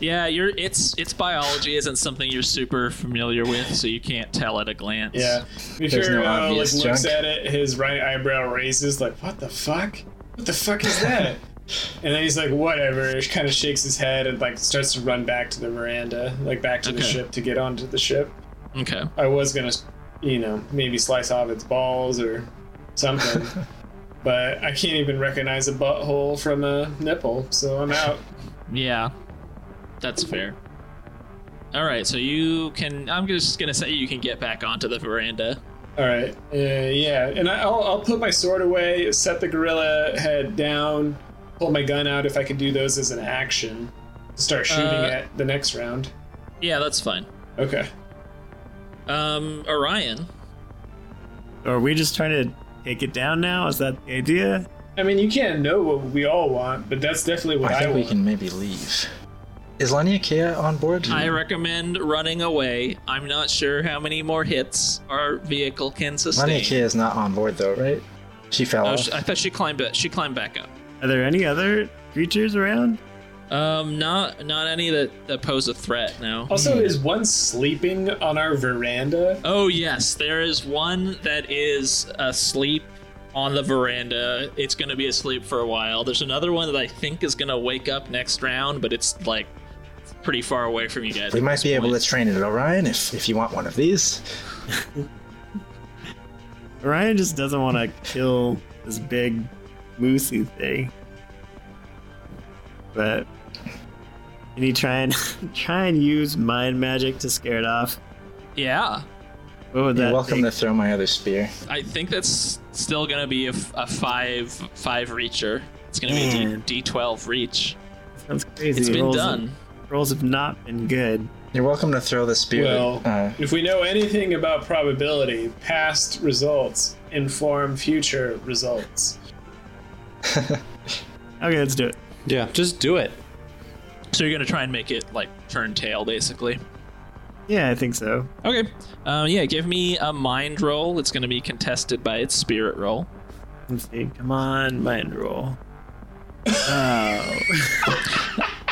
D: Yeah, you're, it's its biology isn't something you're super familiar with, so you can't tell at a glance.
E: Yeah.
A: There's no
E: Mercurio like
A: obvious
E: looks
A: junk.
E: at it. His right eyebrow raises, like, "What the fuck? What the fuck is that?" and then he's like, "Whatever." He kind of shakes his head and like starts to run back to the veranda, like back to the
D: Okay.
E: ship to get onto the ship.
D: Okay.
E: I was gonna, you know, maybe slice off its balls or something, but I can't even recognize a butthole from a nipple, so I'm out.
D: Yeah. That's fair. All right, so you can. I'm just gonna say you can get back onto the veranda.
E: All right. Uh, yeah, and I, I'll, I'll put my sword away, set the gorilla head down, pull my gun out if I can do those as an action, start shooting
D: Uh,
E: at the next round.
D: Yeah, that's fine.
E: Okay.
D: Um, Orion.
B: Are we just trying to take it down now? Is that the idea?
E: I mean, you can't know what we all want, but that's definitely what I,
A: I think we
E: want.
A: can maybe leave. Is Lania Kea on board?
D: I recommend running away. I'm not sure how many more hits our vehicle can
A: Lania
D: sustain.
A: Kea is not on board though, right? She fell
D: Oh,
A: off.
D: sh- I thought she climbed. Up. She climbed back up.
B: Are there any other creatures around?
D: Um, not not any that that pose a threat. No.
A: Oh.
E: Also, is one sleeping on our veranda?
D: Oh yes, there is one that is asleep on the veranda. It's going to be asleep for a while. There's another one that I think is going to wake up next round, but it's like pretty far away from you guys.
A: we
D: at
A: might
D: this
A: be able
D: point.
A: to train it, Orion, if if you want one of these.
B: Orion just doesn't want to kill this big moosey thing. But can you try and try and use mind magic to scare it off?
D: Yeah,
B: What would that?
A: You're welcome
B: take?
A: to throw my other spear.
D: I think that's still going to be a, f- a five five reacher. It's going to be a
B: Man.
D: D, D12 reach.
B: Sounds crazy.
D: It's been
B: rolls,
D: done.
B: Rolls have not been good.
A: You're welcome to throw the spear.
E: Well,
A: uh,
E: if we know anything about probability, past results inform future results.
B: Okay, let's do it.
H: Yeah, just do it.
D: So you're going to try and make it like turn tail, basically.
B: Yeah, I think so.
D: Okay. Um, yeah, give me a mind roll. It's going to be contested by its spirit roll.
B: Let's see. Come on, mind roll. Oh,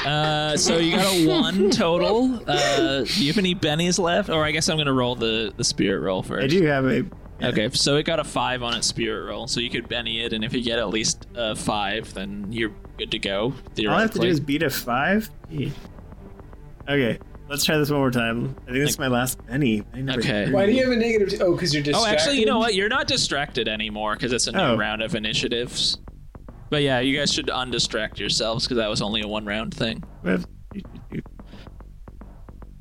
D: Uh, so you got a one total. Uh, do you have any bennies left? Or I guess I'm gonna roll the the spirit roll first.
B: I do have a.
D: Okay, so it got a five on its spirit roll, so you could benny it, and if you get at least a five, then you're good to go.
B: All I have to do
D: theoretically.
B: is beat a five. Gee. Okay, let's try this one more time. I think this is my last penny. I never-
D: Okay.
E: Why do you have a negative? T- oh, because you're
D: Oh,
E: distracted.
D: actually, you know what? You're not distracted anymore because it's a new
B: Oh.
D: round of initiatives. But yeah, you guys should undistract yourselves because that was only a one round thing.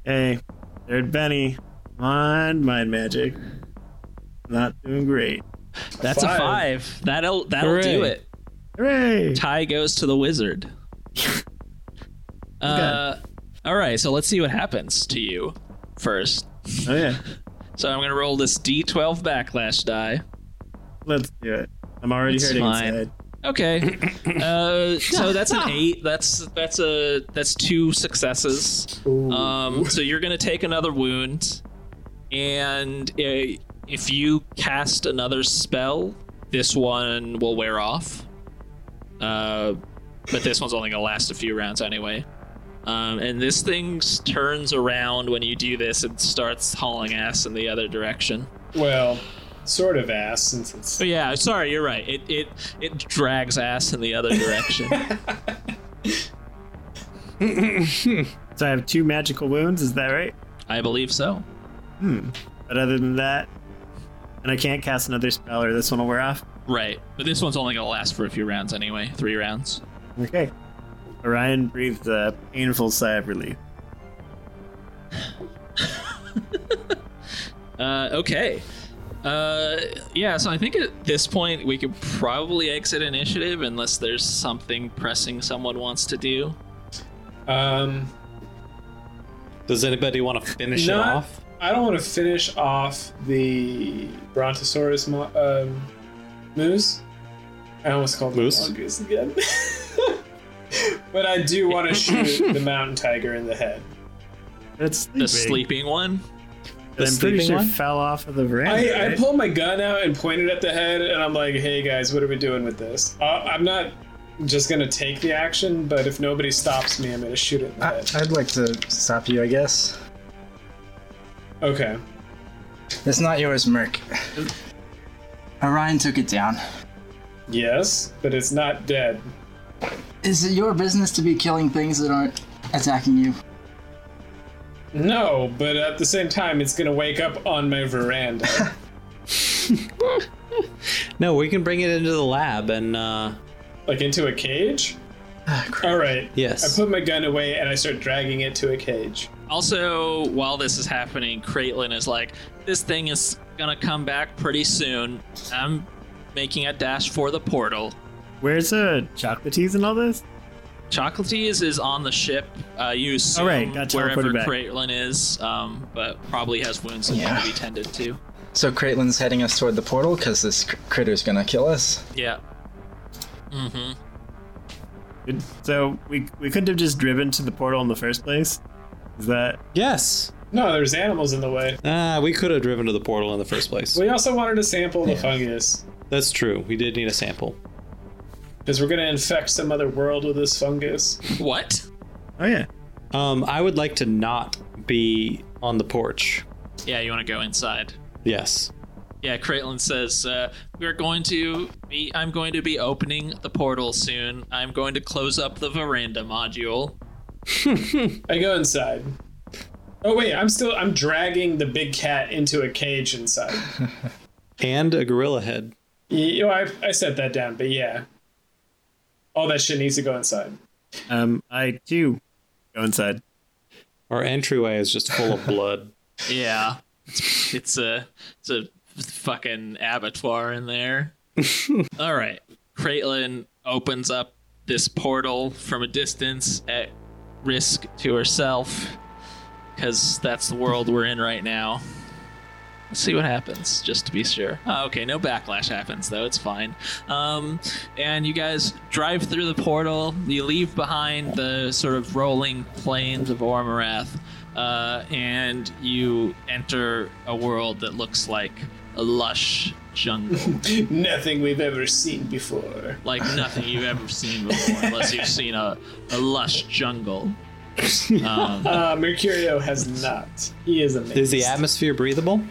B: Hey, third Benny. Mind mind magic. Not doing great.
D: That's a five. That'll that'll do
H: Hooray.
D: it.
B: Hooray!
D: Tie goes to the wizard. uh, all right, so let's see what happens to you first.
B: Oh yeah,
D: So I'm gonna roll this D12 backlash die.
B: let's do it. I'm already
D: It's
B: hurting
D: fine.
B: inside.
D: Okay, uh, so that's an eight. That's that's a that's two successes. Um, so you're gonna take another wound, and uh, if you cast another spell, this one will wear off. Uh, but this one's only gonna last a few rounds anyway. Um, and this thing s- turns around when you do this and starts hauling ass in the other direction.
E: Well, sort of ass since it's.
D: But yeah, sorry, you're right. It it it drags ass in the other direction.
B: So I have two magical wounds, is that right?
D: I believe so.
B: But other than that, and I can't cast another spell or this one will wear off.
D: Right. But this one's only gonna last for a few rounds anyway. Three rounds.
B: Okay. Orion breathed a painful sigh of relief.
D: Uh, okay. Uh, yeah, so I think at this point we could probably exit initiative unless there's something pressing someone wants to do.
E: Um,
H: Does anybody want to finish it
E: Not-
H: off?
E: I don't want to finish off the Brontosaurus mo- um, moose. I almost called
H: Moose?
E: it mongoose again. but I do want to shoot the mountain tiger in the head.
B: It's
D: The sleeping one.
B: But I'm pretty
H: sleeping
B: sure
H: one?
B: fell off of the veranda.
E: I, I
B: right?
E: pulled my gun out and pointed at the head, and I'm like, "Hey guys, what are we doing with this? Uh, I'm not just gonna take the action, but if nobody stops me, I'm gonna shoot it in the
A: I,
E: head."
A: I'd like to stop you, I guess.
E: Okay.
A: It's not yours, Merc. Orion took it down.
E: Yes, but it's not dead.
A: Is it your business to be killing things that aren't attacking you?
E: No, but at the same time, it's gonna wake up on my veranda.
H: No, we can bring it into the lab and uh
E: like into a cage?
A: crap.
E: All right. I
H: yes.
E: put my gun away and I start dragging it to a cage.
D: Also, while this is happening, Caitlin is like, this thing is gonna come back pretty soon. I'm making a dash for the portal.
B: Where's uh, Chocolates and all this?
D: Chocolates is on the ship. Uh, you assume
B: All right, got
D: wherever
B: teleported back.
D: Caitlin is, um, but probably has wounds that
A: Yeah.
D: need to be tended to.
A: So Craitlin's heading us toward the portal because this cr- critter's gonna kill us.
D: Yeah. Mm-hmm.
B: It- So we we couldn't have just driven to the portal in the first place. Is that
H: Yes.
E: No, there's animals in the way.
H: Ah, we could have driven to the portal in the first place.
E: We also wanted to sample the
A: Yeah.
E: fungus
H: That's true. We did need a sample.
E: because we're gonna infect some other world with this fungus.
D: What?
B: Oh yeah.
H: Um, I would like to not be on the porch.
D: Yeah, you want to go inside.
H: Yes.
D: Yeah, Caitlin says, uh, we're going to be, I'm going to be opening the portal soon. I'm going to close up the veranda module.
E: I go inside. Oh wait, I'm still I'm dragging the big cat into a cage inside.
H: And a gorilla head.
E: You know, I, I set that down, but yeah, all that shit needs to go inside.
B: Um, I too go inside.
H: Our entryway is just full of blood.
D: Yeah. It's, it's a, it's a fucking abattoir in there. All right. Caitlin opens up this portal from a distance at risk to herself because that's the world we're in right now. Let's see what happens, just to be sure. Oh, okay, no backlash happens though. It's fine. Um, and you guys drive through the portal. You leave behind the sort of rolling plains of Ormarath, uh, and you enter a world that looks like a lush jungle
E: Nothing we've ever seen before.
D: like nothing you've ever seen before, unless you've seen a, a lush jungle. Um,
E: Uh, Mercurio has not. He is amazing.
H: Is the atmosphere breathable?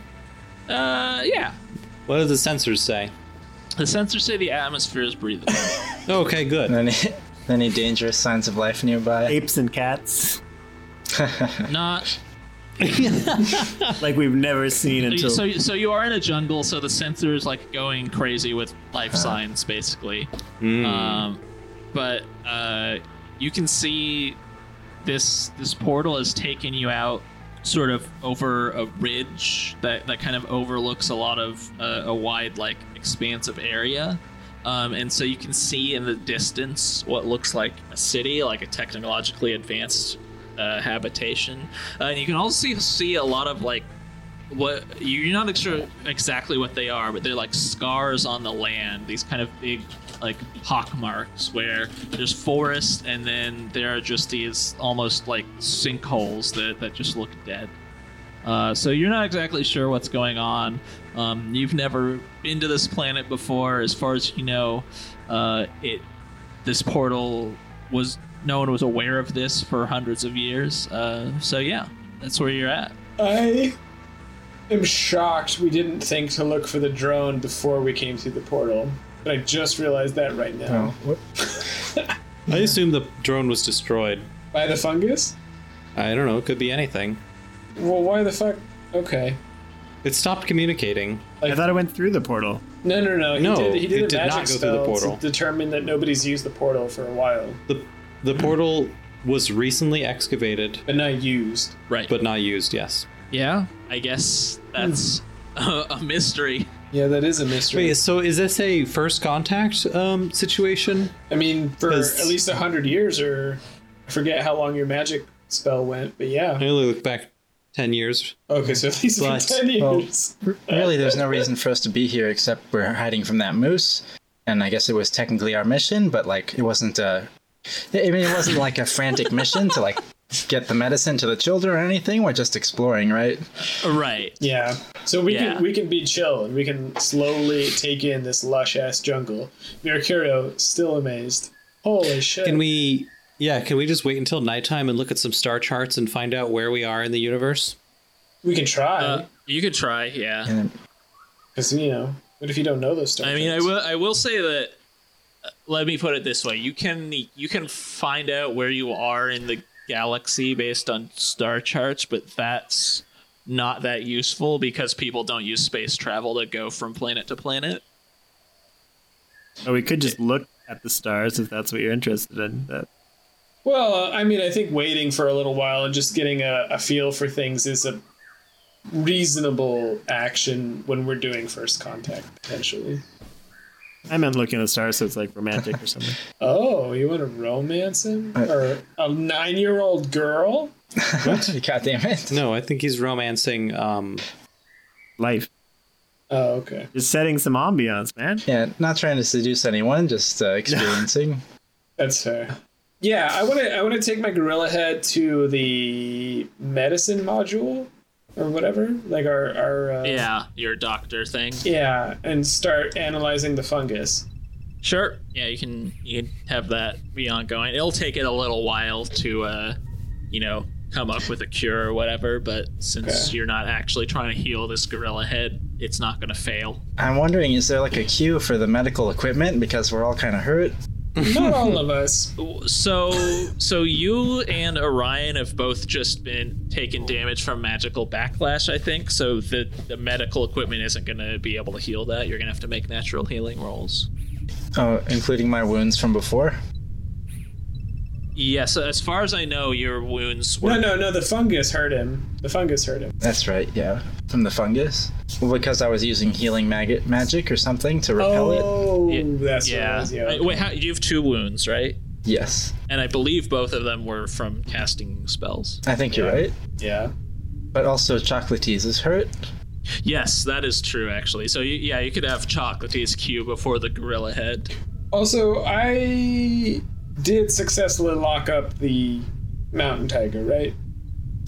D: uh, yeah.
H: What do the sensors say?
D: The sensors say the atmosphere is breathable.
H: Okay, good.
A: Any, any dangerous signs of life nearby?
B: Apes and cats,
D: Not
B: like we've never seen until.
D: so. So you are in a jungle, so the sensor is like going crazy with life signs, basically. Um, but uh, you can see this this portal has taken you out sort of over a ridge that, that kind of overlooks a lot of uh, a wide like expansive area um, and so you can see in the distance what looks like a city like a technologically advanced uh, habitation uh, and you can also see a lot of like what you're not sure exactly what they are, but they're like scars on the land. These kind of big like pock marks where there's forest and then there are just these almost like sinkholes that, that just look dead. Uh, so you're not exactly sure what's going on. Um, you've never been to this planet before, as far as you know. Uh, it this portal was no one was aware of this for hundreds of years. Uh, so yeah, that's where you're at.
E: I am shocked we didn't think to look for the drone before we came through the portal. But I just realized that right now.
C: Oh, what?
H: I assume the drone was destroyed.
E: By the fungus?
H: I don't know. It could be anything.
E: Well, why the fuck? Okay.
H: It stopped communicating.
B: I thought it went through the portal.
E: No, no, no. He
H: No,
E: did, he did
H: it
E: a
H: did
E: magic
H: not go through the
E: spell
H: portal.
E: To determine that nobody's used the portal for a while,
H: The the portal was recently excavated
E: but not used.
D: Right.
H: but not used. Yes.
D: yeah, I guess that's a, a mystery.
E: Yeah, that is a mystery.
H: Wait. So is this a first contact um, situation?
E: I mean, for
H: 'Cause-
E: at least a hundred years, or I forget how long your magic spell went, but
H: I
E: yeah.
H: only look back ten years.
E: Okay, so at least
H: But-
E: for ten years.
C: Really, there's no reason for us to be here except we're hiding from that moose. And I guess it was technically our mission, but like it wasn't a. I mean, it wasn't like a frantic mission to like get the medicine to the children or anything. We're just exploring, right?
D: Right.
E: Yeah. So we
D: Yeah.
E: can we can be chill and we can slowly take in this lush ass jungle. Mercurio still amazed. Holy shit!
H: Can we? Yeah. Can we just wait until nighttime and look at some star charts and find out where we are in the universe?
E: We can
D: Uh,
E: try
D: you could try. Yeah.
C: And
E: because you know. What if you don't know those stars?
D: I mean, I will. I will say that. uh, Let me put it this way: you can you can find out where you are in the galaxy based on star charts, but that's not that useful because people don't use space travel to go from planet to planet.
B: Or we could just look at the stars if that's what you're interested in. That
E: Well, I mean, I think waiting for a little while and just getting a, a feel for things is a reasonable action when we're doing first contact potentially.
B: I meant looking at stars, so it's like romantic or something.
E: Oh, you want to romance him or a nine-year-old girl?
C: God damn it.
H: No. I think he's romancing. Um,
B: Life,
E: Oh, okay.
B: just setting some ambiance, man.
C: Yeah, not trying to seduce anyone, just uh, experiencing.
E: That's fair. Yeah, I want to. I want to take my gorilla head to the medicine module or whatever, like our our. Uh,
D: Yeah, your doctor thing.
E: Yeah, and start analyzing the fungus.
D: Sure. Yeah, you can you can have that be ongoing. It'll take it a little while to, uh, you know, come up with a cure or whatever. But since
E: Okay.
D: you're not actually trying to heal this gorilla head, it's not going to fail.
C: I'm wondering, is there like a queue for the medical equipment because we're all kind of hurt?
E: Not all of us.
D: So, so you and Orion have both just been taking damage from magical backlash, I think. So the the medical equipment isn't going to be able to heal that. You're going to have to make natural healing rolls.
C: Oh, including my wounds from before.
D: Yes, as far as I know, your wounds were
E: No, no, no. The fungus hurt him. The fungus hurt him.
C: That's right. Yeah, from the fungus. Well, because I was using healing mag- magic or something to repel it.
E: Oh,
D: Yeah.
E: that's what it
D: Yeah.
E: was, yeah.
D: Uh, Wait, how, you have two wounds, right?
C: Yes,
D: And I believe both of them were from casting spells.
C: I think you're right.
E: yeah.
C: But also, Chocolates is hurt.
D: Yes, that is true, actually. So, you, yeah, you could have Chocolate's Q before the Gorilla Head.
E: Also, I did successfully lock up the mountain tiger, right?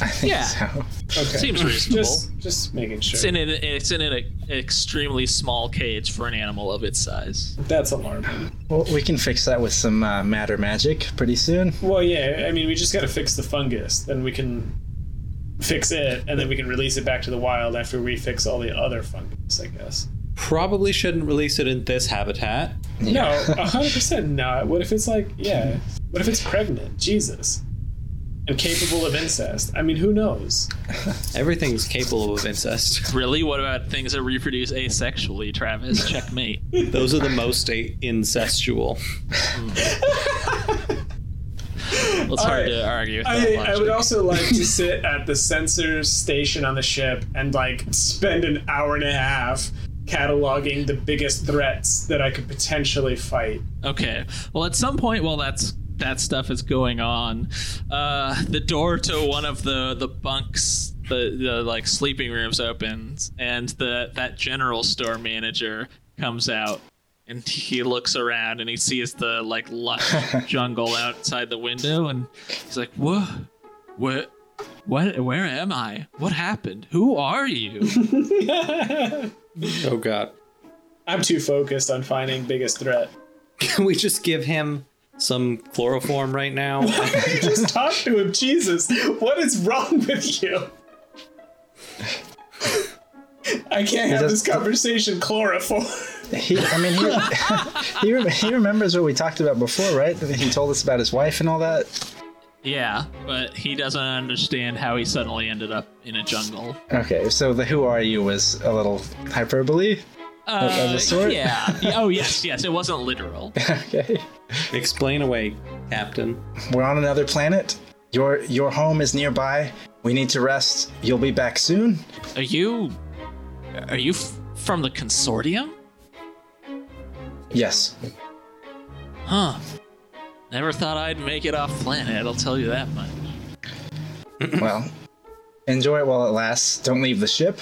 C: I think
D: Yeah.
C: so.
E: Okay.
D: Seems reasonable.
E: just, just making sure.
D: It's in an, it's in an extremely small cage for an animal of its size.
E: That's alarming.
C: Well, we can fix that with some uh, matter magic pretty soon.
E: Well, yeah. I mean, we just got to fix the fungus, then we can fix it, and then we can release it back to the wild after we fix all the other fungus, I guess.
H: probably shouldn't release it in this habitat.
E: No, Uh-huh. hundred percent not. What if it's like, yeah? What if it's pregnant? Jesus, and capable of incest? I mean, who knows?
H: Everything's capable of incest.
D: Really? What about things that reproduce asexually, Travis? Checkmate.
H: Those are the most a- incestual.
D: Well, it's hard to argue with
E: I,
D: that
E: I
D: logic.
E: would also like to sit at the sensors station on the ship and like spend an hour and a half cataloging the biggest threats that I could potentially fight.
D: Okay. Well, at some point while that's that stuff is going on, uh, the door to one of the the bunks, the, the like sleeping rooms opens, and the that general store manager comes out, and he looks around and he sees the like lush jungle outside the window, and he's like, "Whoa, what?" What, where am I? What happened? Who are you?
H: Oh god.
E: I'm too focused on finding biggest threat.
H: Can we just give him some chloroform right now.
E: You just talk to him, Jesus. What is wrong with you? I can't have this
C: does-
E: conversation chloroform.
C: He, I mean, he, he, rem- he remembers what we talked about before, right? He told us about his wife and all that.
D: Yeah, but he doesn't understand how he suddenly ended up in a jungle.
C: Okay, so the who are you was a little hyperbole. of
D: Uh,
C: a sort?
D: yeah. Oh yes, yes. It wasn't literal.
C: Okay.
H: Explain away, Captain.
C: We're on another planet. Your your home is nearby. We need to rest. You'll be back soon.
D: Are you? Are you f- from the consortium?
C: Yes.
D: Huh. Never thought I'd make it off planet. I'll tell you that much.
C: Well, enjoy it while it lasts. Don't leave the ship.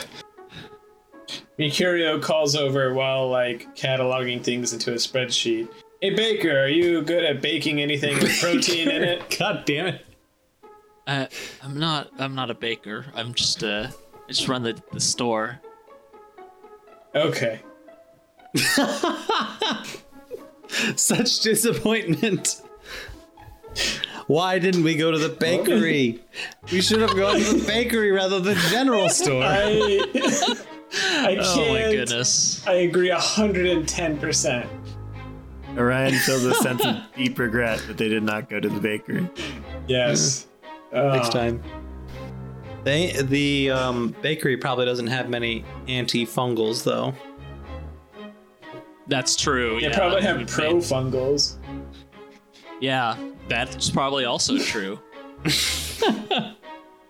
E: Mercurio calls over while like cataloging things into a spreadsheet. Hey Baker, are you good at baking anything with protein in it?
H: God damn it.
D: Uh, I'm not. I'm not a baker. I'm just uh, I just run the, the store.
E: Okay.
H: Such disappointment. Why didn't we go to the bakery? We should have gone to the bakery rather than general store.
E: I, I can't.
D: Oh my goodness.
E: I agree 110%.
B: Orion feels a sense of deep regret that they did not go to the bakery.
E: Yes. Uh,
H: Next time. They the um, bakery probably doesn't have many antifungals though.
D: That's true.
E: They
D: yeah,
E: probably
D: that
E: have
D: would be-
E: profungals.
D: Yeah, that's probably also true.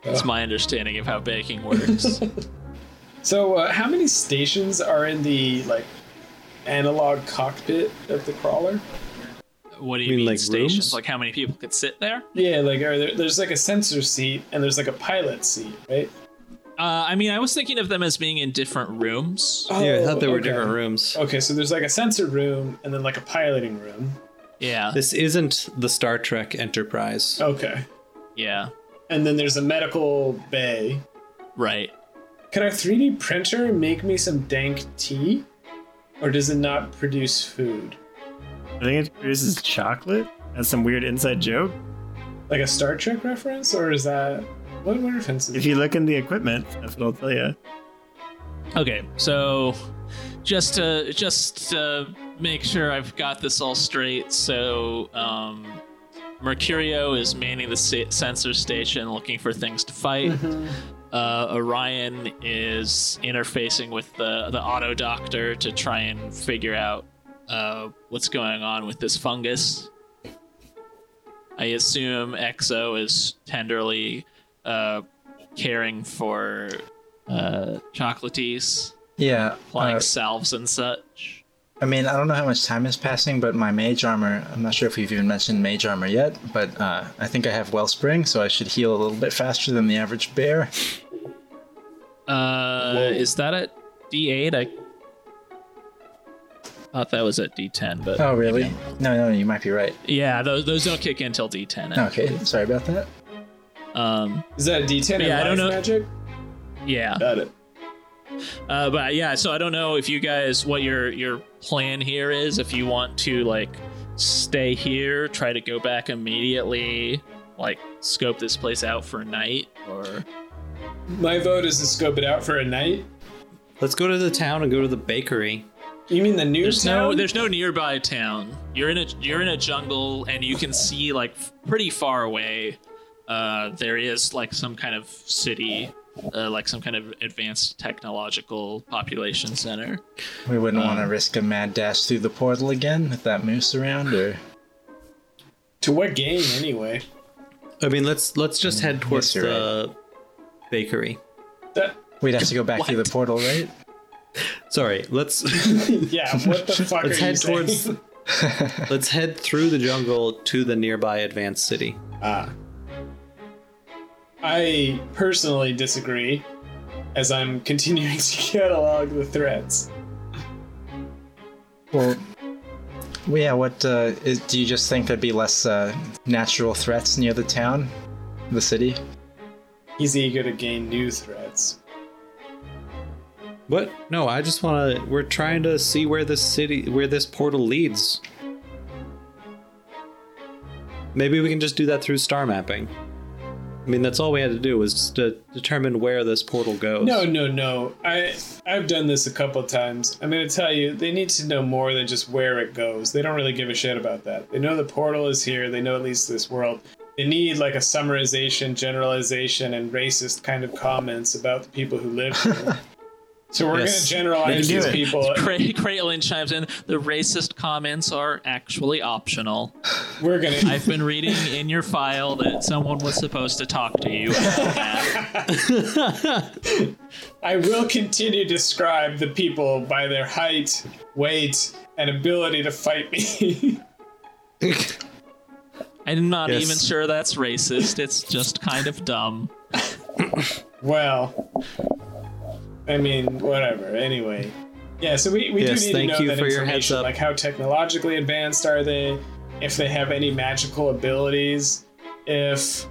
D: That's my understanding of how baking works.
E: So, uh, how many stations are in the like analog cockpit of the crawler?
D: What do you
H: You mean,
D: mean,
H: like,
D: stations?
H: rooms?
D: Like how many people could sit there?
E: Yeah, like are there, there's like a sensor seat and there's like a pilot seat, right?
D: Uh, I mean, I was thinking of them as being in different rooms.
H: yeah, I
E: Oh,
H: thought they were
E: okay.
H: different rooms.
E: Okay, so there's like a sensor room and then like a piloting room.
D: Yeah,
H: This isn't the Star Trek Enterprise.
E: Okay.
D: yeah,
E: And then there's a medical bay.
D: right.
E: Can our 3D printer make me some dank tea? Or does it not produce food?
B: I think it produces chocolate. That's some weird inside joke.
E: Like a Star Trek reference? Or is that. What, what reference is
B: If you look in the equipment, that's what I'll tell you.
D: Okay, so just to just to make sure I've got this all straight, so um, Mercurio is manning the sa- sensor station, looking for things to fight. Uh, Orion is interfacing with the the auto doctor to try and figure out uh, what's going on with this fungus. I assume Exo is tenderly uh, caring for uh, chocolates,
C: Yeah.
D: applying
C: uh,
D: salves and such.
C: I mean, I don't know how much time is passing, but my mage armor, I'm not sure if we've even mentioned mage armor yet, but uh, I think I have Wellspring, so I should heal a little bit faster than the average bear.
D: Uh, is that at D8? I thought that was at D10, but
C: Oh, really? No, no, you might be right.
D: yeah, those, those don't kick in till D10.
C: Okay, sorry about that.
D: Um,
E: Is that a D10
D: Yeah,
E: yeah,
D: I don't know.
E: magic?
D: yeah.
E: Got it.
D: Uh, but yeah, so I don't know if you guys what your your plan here is. If you want to like stay here, try to go back immediately, like scope this place out for a night, or
E: My vote is to scope it out for a night.
H: Let's go to the town and go to the bakery.
E: You mean the new
D: there's
E: town?
D: no there's no nearby town. You're in a you're in a jungle and you can see like f- pretty far away. Uh, there is like some kind of city, uh, like some kind of advanced technological population center.
C: We wouldn't want to risk a mad dash through the portal again with that moose around, or.
E: To what game, anyway?
H: I mean, let's let's
E: Mm,
H: just head towards
C: you're
H: the bakery.
E: That,
C: We'd have to go back through
D: What?
C: the portal, right?
H: Sorry, let's
E: yeah, what the fuck are
H: let's
E: you
H: head
E: saying?
H: towards let's head through the jungle to the nearby advanced city.
E: Ah. I personally disagree, as I'm continuing to catalog the threats.
C: Well, well, yeah. What uh, is, do you just think there'd be less uh, natural threats near the town, the city?
E: He's eager to gain new threats.
H: What? No, I just want to. We're trying to see where this city, where this portal leads. Maybe we can just do that through star mapping. I mean, that's all we had to do was just to determine where this portal goes.
E: No, no, no. I I've done this a couple of times. I'm gonna tell you, they need to know more than just where it goes. They don't really give a shit about that. They know the portal is here. They know at least this world. They need like a summarization, generalization, and racist kind of comments about the people who live here. so we're
H: Yes.
E: gonna generalize
B: do
E: these
B: it.
E: people.
D: Cra- Caitlin chimes in. The racist comments are actually optional.
E: We're gonna.
D: I've been reading in your file that someone was supposed to talk to you.
E: I will continue to describe the people by their height, weight, and ability to fight me.
D: I'm not
H: Yes.
D: even sure that's racist. It's just kind of dumb.
E: well, I mean, whatever. Anyway, yeah. So we, we
H: Yes,
E: do need
H: thank
E: to know
H: you
E: that
H: for your
E: information,
H: heads up.
E: like how technologically advanced are they, if they have any magical abilities, if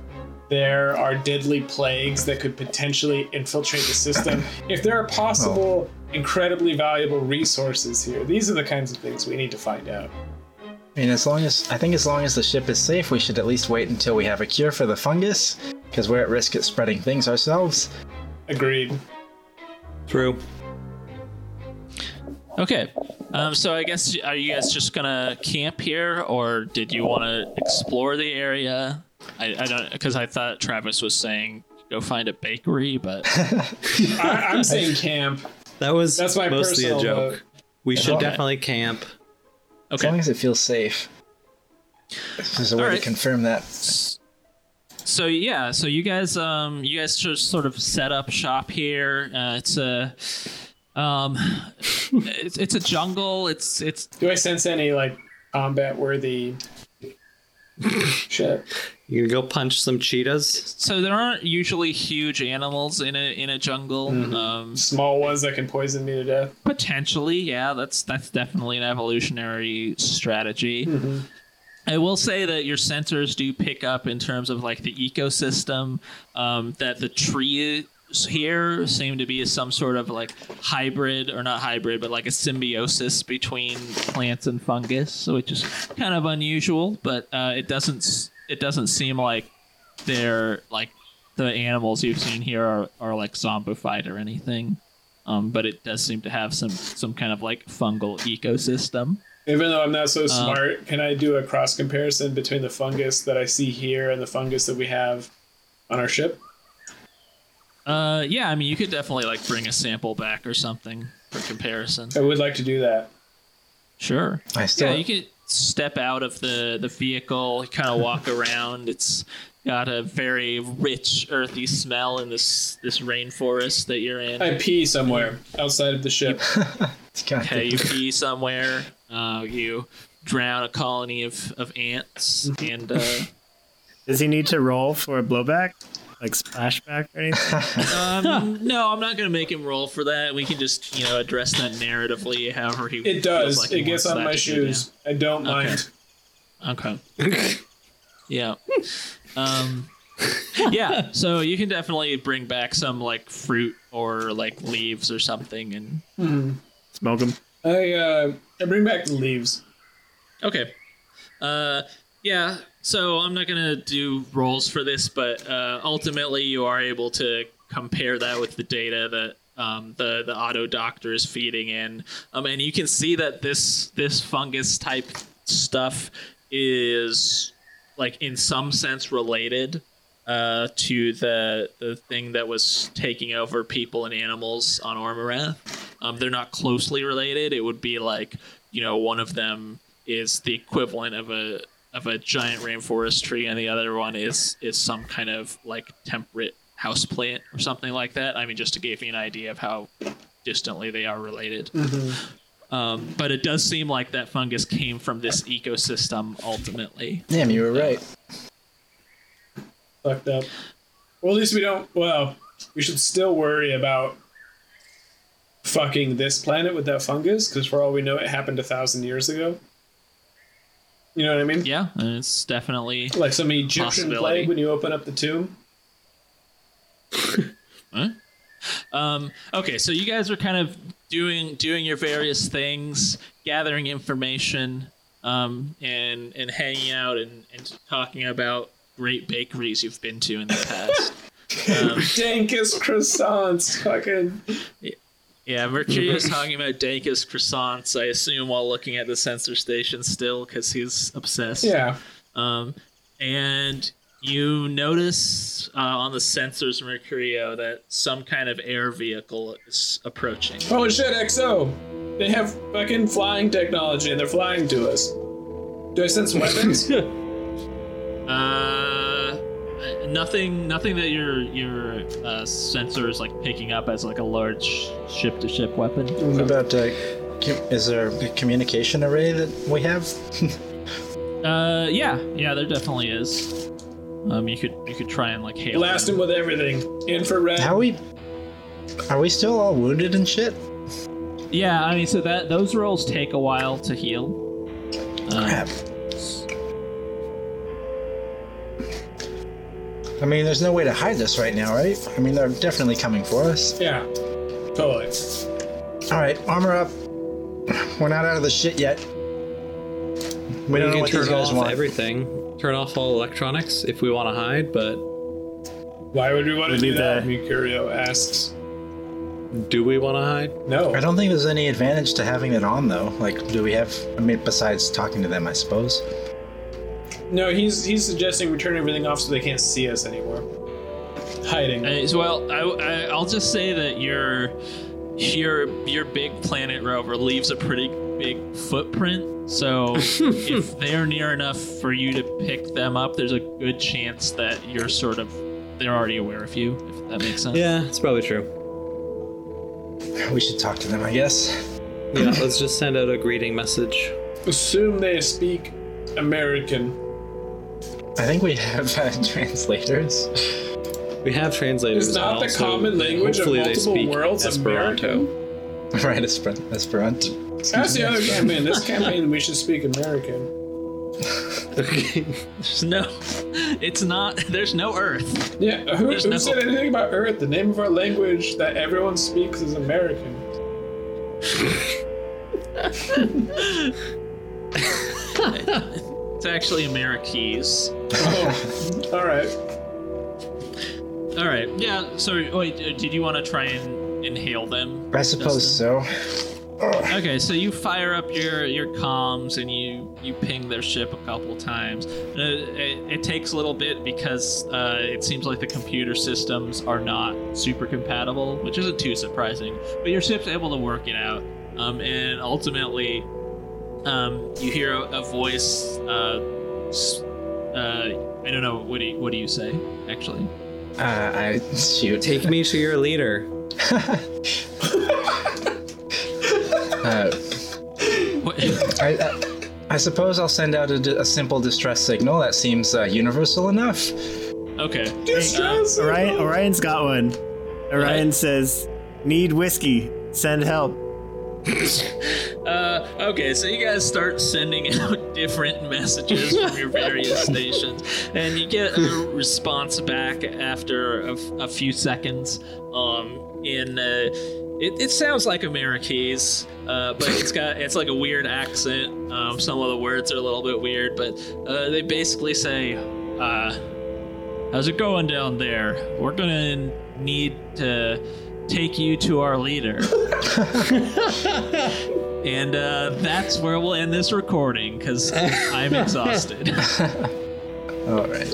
E: there are deadly plagues that could potentially infiltrate the system, if there are
H: Oh.
E: possible incredibly valuable resources here. These are the kinds of things we need to find out.
A: I mean, as long as I think as long as the ship is safe, we should at least wait until we have a cure for the fungus, because we're at risk of spreading things ourselves.
E: Agreed.
H: True.
D: Okay, um, so I guess are you guys just gonna camp here, or did you want to explore the area? I, I don't because I thought Travis was saying go find a bakery, but
E: I, I'm saying camp.
H: That was
E: That's my
H: mostly a
E: personal uh,
H: joke.
E: vote.
H: We should
A: Okay.
H: definitely camp.
A: As
D: okay.
A: long as it feels safe. If There's a way
D: Alright.
A: to confirm that.
D: So yeah, so you guys, um, you guys just sort of set up shop here. Uh, it's a, um, it's, it's a jungle. It's it's
E: Do I sense any like combat worthy shit?
H: You gonna go punch some cheetahs?
D: so there aren't usually huge animals in a in a jungle. Um,
E: Small ones that can poison me to death.
D: potentially, yeah, that's that's definitely an evolutionary strategy. I will say that your sensors do pick up in terms of like the ecosystem um, that the trees here seem to be some sort of like hybrid or not hybrid, but like a symbiosis between plants and fungus, which is kind of unusual. But uh, it doesn't s- it doesn't seem like they're like the animals you've seen here are, are like zombified or anything. Um, but it does seem to have some some kind of like fungal ecosystem.
E: Even though I'm not
D: Uh.
E: so smart, can I do a cross comparison between the fungus that I see here and the fungus that we have on our ship?
D: Uh, yeah, I mean, you could definitely like bring a sample back or something for comparison.
E: I would like to do that.
D: Sure.
A: I still
D: yeah, you could step out of the the vehicle, kind of walk around. It's got a very rich, earthy smell in this this rainforest that you're in.
E: I pee somewhere outside of the ship.
A: it's kind of
D: Okay, you pee somewhere. Uh, you drown a colony of of ants, and uh,
B: Does he need to roll for a blowback? Like splashback or anything?
D: um, no, I'm not gonna make him roll for that. We can just you know address that narratively, however he.
E: It
D: feels
E: does.
D: like he
E: it
D: wants
E: gets on
D: that
E: my
D: to go down.
E: shoes. I don't mind.
D: Okay. yeah. Um, yeah. So you can definitely bring back some like fruit or like leaves or something, and
B: Smoke him.
E: I uh, I bring back the leaves.
D: okay. Uh, yeah. So I'm not gonna do rolls for this, but uh, ultimately you are able to compare that with the data that um, the the auto doctor is feeding in, um, and you can see that this this fungus type stuff is like in some sense related uh, to the the thing that was taking over people and animals on Ormorath. Um, they're not closely related. It would be like you know one of them is the equivalent of a of a giant rainforest tree, and the other one is is some kind of like temperate houseplant or something like that. I mean, just to give you an idea of how distantly they are related. Um, but it does seem like that fungus came from this ecosystem ultimately.
A: damn, you were right.
E: Fucked up. Well, at least we don't. Well, we should still worry about fucking this planet with that fungus, because for all we know, it happened a thousand years ago. You know what I mean?
D: Yeah, and it's definitely
E: Like some Egyptian
D: Possibility.
E: plague when you open up the tomb.
D: Um, okay, so you guys are kind of doing doing your various things, gathering information. um, and and hanging out and, and talking about great bakeries you've been to in the past.
E: Dankest croissants, fucking.
D: Yeah, Mercurio's talking about Dankus croissants, I assume, while looking at the sensor station still, because he's obsessed.
E: Yeah.
D: Um, and you notice uh, on the sensors, Mercurio, that some kind of air vehicle is approaching.
E: Holy Oh, shit, XO! They have fucking flying technology and they're flying to us. Do I sense weapons?
D: Uh, nothing, nothing that your your uh, sensor is like picking up as like a large ship-to-ship weapon.
C: What about uh, com- is there a communication array that we have?
D: Uh, yeah, yeah, there definitely is. Um, you could you could try and like hail.
E: Blast them with everything. Infrared.
C: How we? Are we still all wounded and shit?
D: them. Yeah, I mean, so that those rolls take a while to heal. Uh,
C: Crap. I mean, there's no way to hide this right now, right? I mean, they're definitely coming for us.
E: Yeah. Totally.
C: All right, armor up. We're not out of the shit yet. We
H: We
C: don't know
H: can
C: what these
H: turn
C: guys
H: off
C: want.
H: everything. Turn off all electronics if we want to hide, but
E: Why would we want to
B: We'll
E: do
B: leave
E: that?
B: that.
E: Mercurio asks.
H: do we want to hide?
E: No.
C: I don't think there's any advantage to having it on, though. Like, do we have? I mean, besides talking to them, I suppose.
E: No, he's he's suggesting we turn everything off so they can't see us anymore. Hiding.
D: as Uh, well, I, I I'll just say that your your your big planet rover leaves a pretty big footprint. So if they're near enough for you to pick them up, there's a good chance that you're sort of they're already aware of you. If that makes sense.
H: Yeah, it's probably true.
C: We should talk to them, I guess.
H: Yeah, let's just send out a greeting message.
E: Assume they speak American.
C: I think we have uh, translators.
H: We have translators.
E: Is not
H: and
E: the
H: also
E: common language of
H: hopefully they
E: multiple
H: speak
E: worlds
H: Esperanto.
E: American?
C: right, Esper- Esperanto.
E: That's the other campaign. This campaign we should speak American.
H: Okay.
D: There's no, it's not. There's no Earth.
E: Yeah, who,
D: There's
E: who
D: no-
E: said anything about Earth? The name of our language that everyone speaks is American.
D: It's actually Amerikeys.
E: Oh, all right.
D: All right. Yeah. Sorry. Wait. uh, Did you want to try and inhale them?
C: I suppose
D: Justin?
C: so.
D: Okay. So you fire up your your comms and you you ping their ship a couple times. Uh, it, it takes a little bit because uh, it seems like the computer systems are not super compatible, which isn't too surprising. But your ship's able to work it out, um, and ultimately, um, you hear a, a voice. Uh, s- uh, I don't know. What do you, what do you say? Actually.
C: Uh, I shoot.
H: Take me to your leader.
C: Uh,
D: What?
C: I, I, I suppose I'll send out a, di- a simple distress signal. That seems uh, universal enough.
D: Okay.
E: Distress
B: Orion,
E: signal.
B: Orion's got one. Orion says, "Need whiskey. Send help."
D: Uh, okay, so you guys start sending out different messages from your various stations, and you get a response back after a, f- a few seconds. Um, in uh, it, it sounds like Americese, uh, but it's got it's like a weird accent. Um, some of the words are a little bit weird, but uh, they basically say, uh, "How's it going down there? We're gonna need to take you to our leader." And uh, that's where we'll end this recording because I'm exhausted.
C: All right.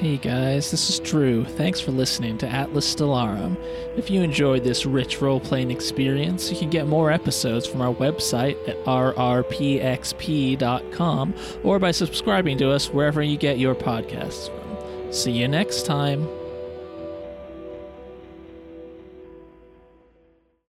J: Hey guys, this is Drew. Thanks for listening to Atlas Stellarum. If you enjoyed this rich role playing experience, you can get more episodes from our website at rrpxp.com or by subscribing to us wherever you get your podcasts from. See you next time.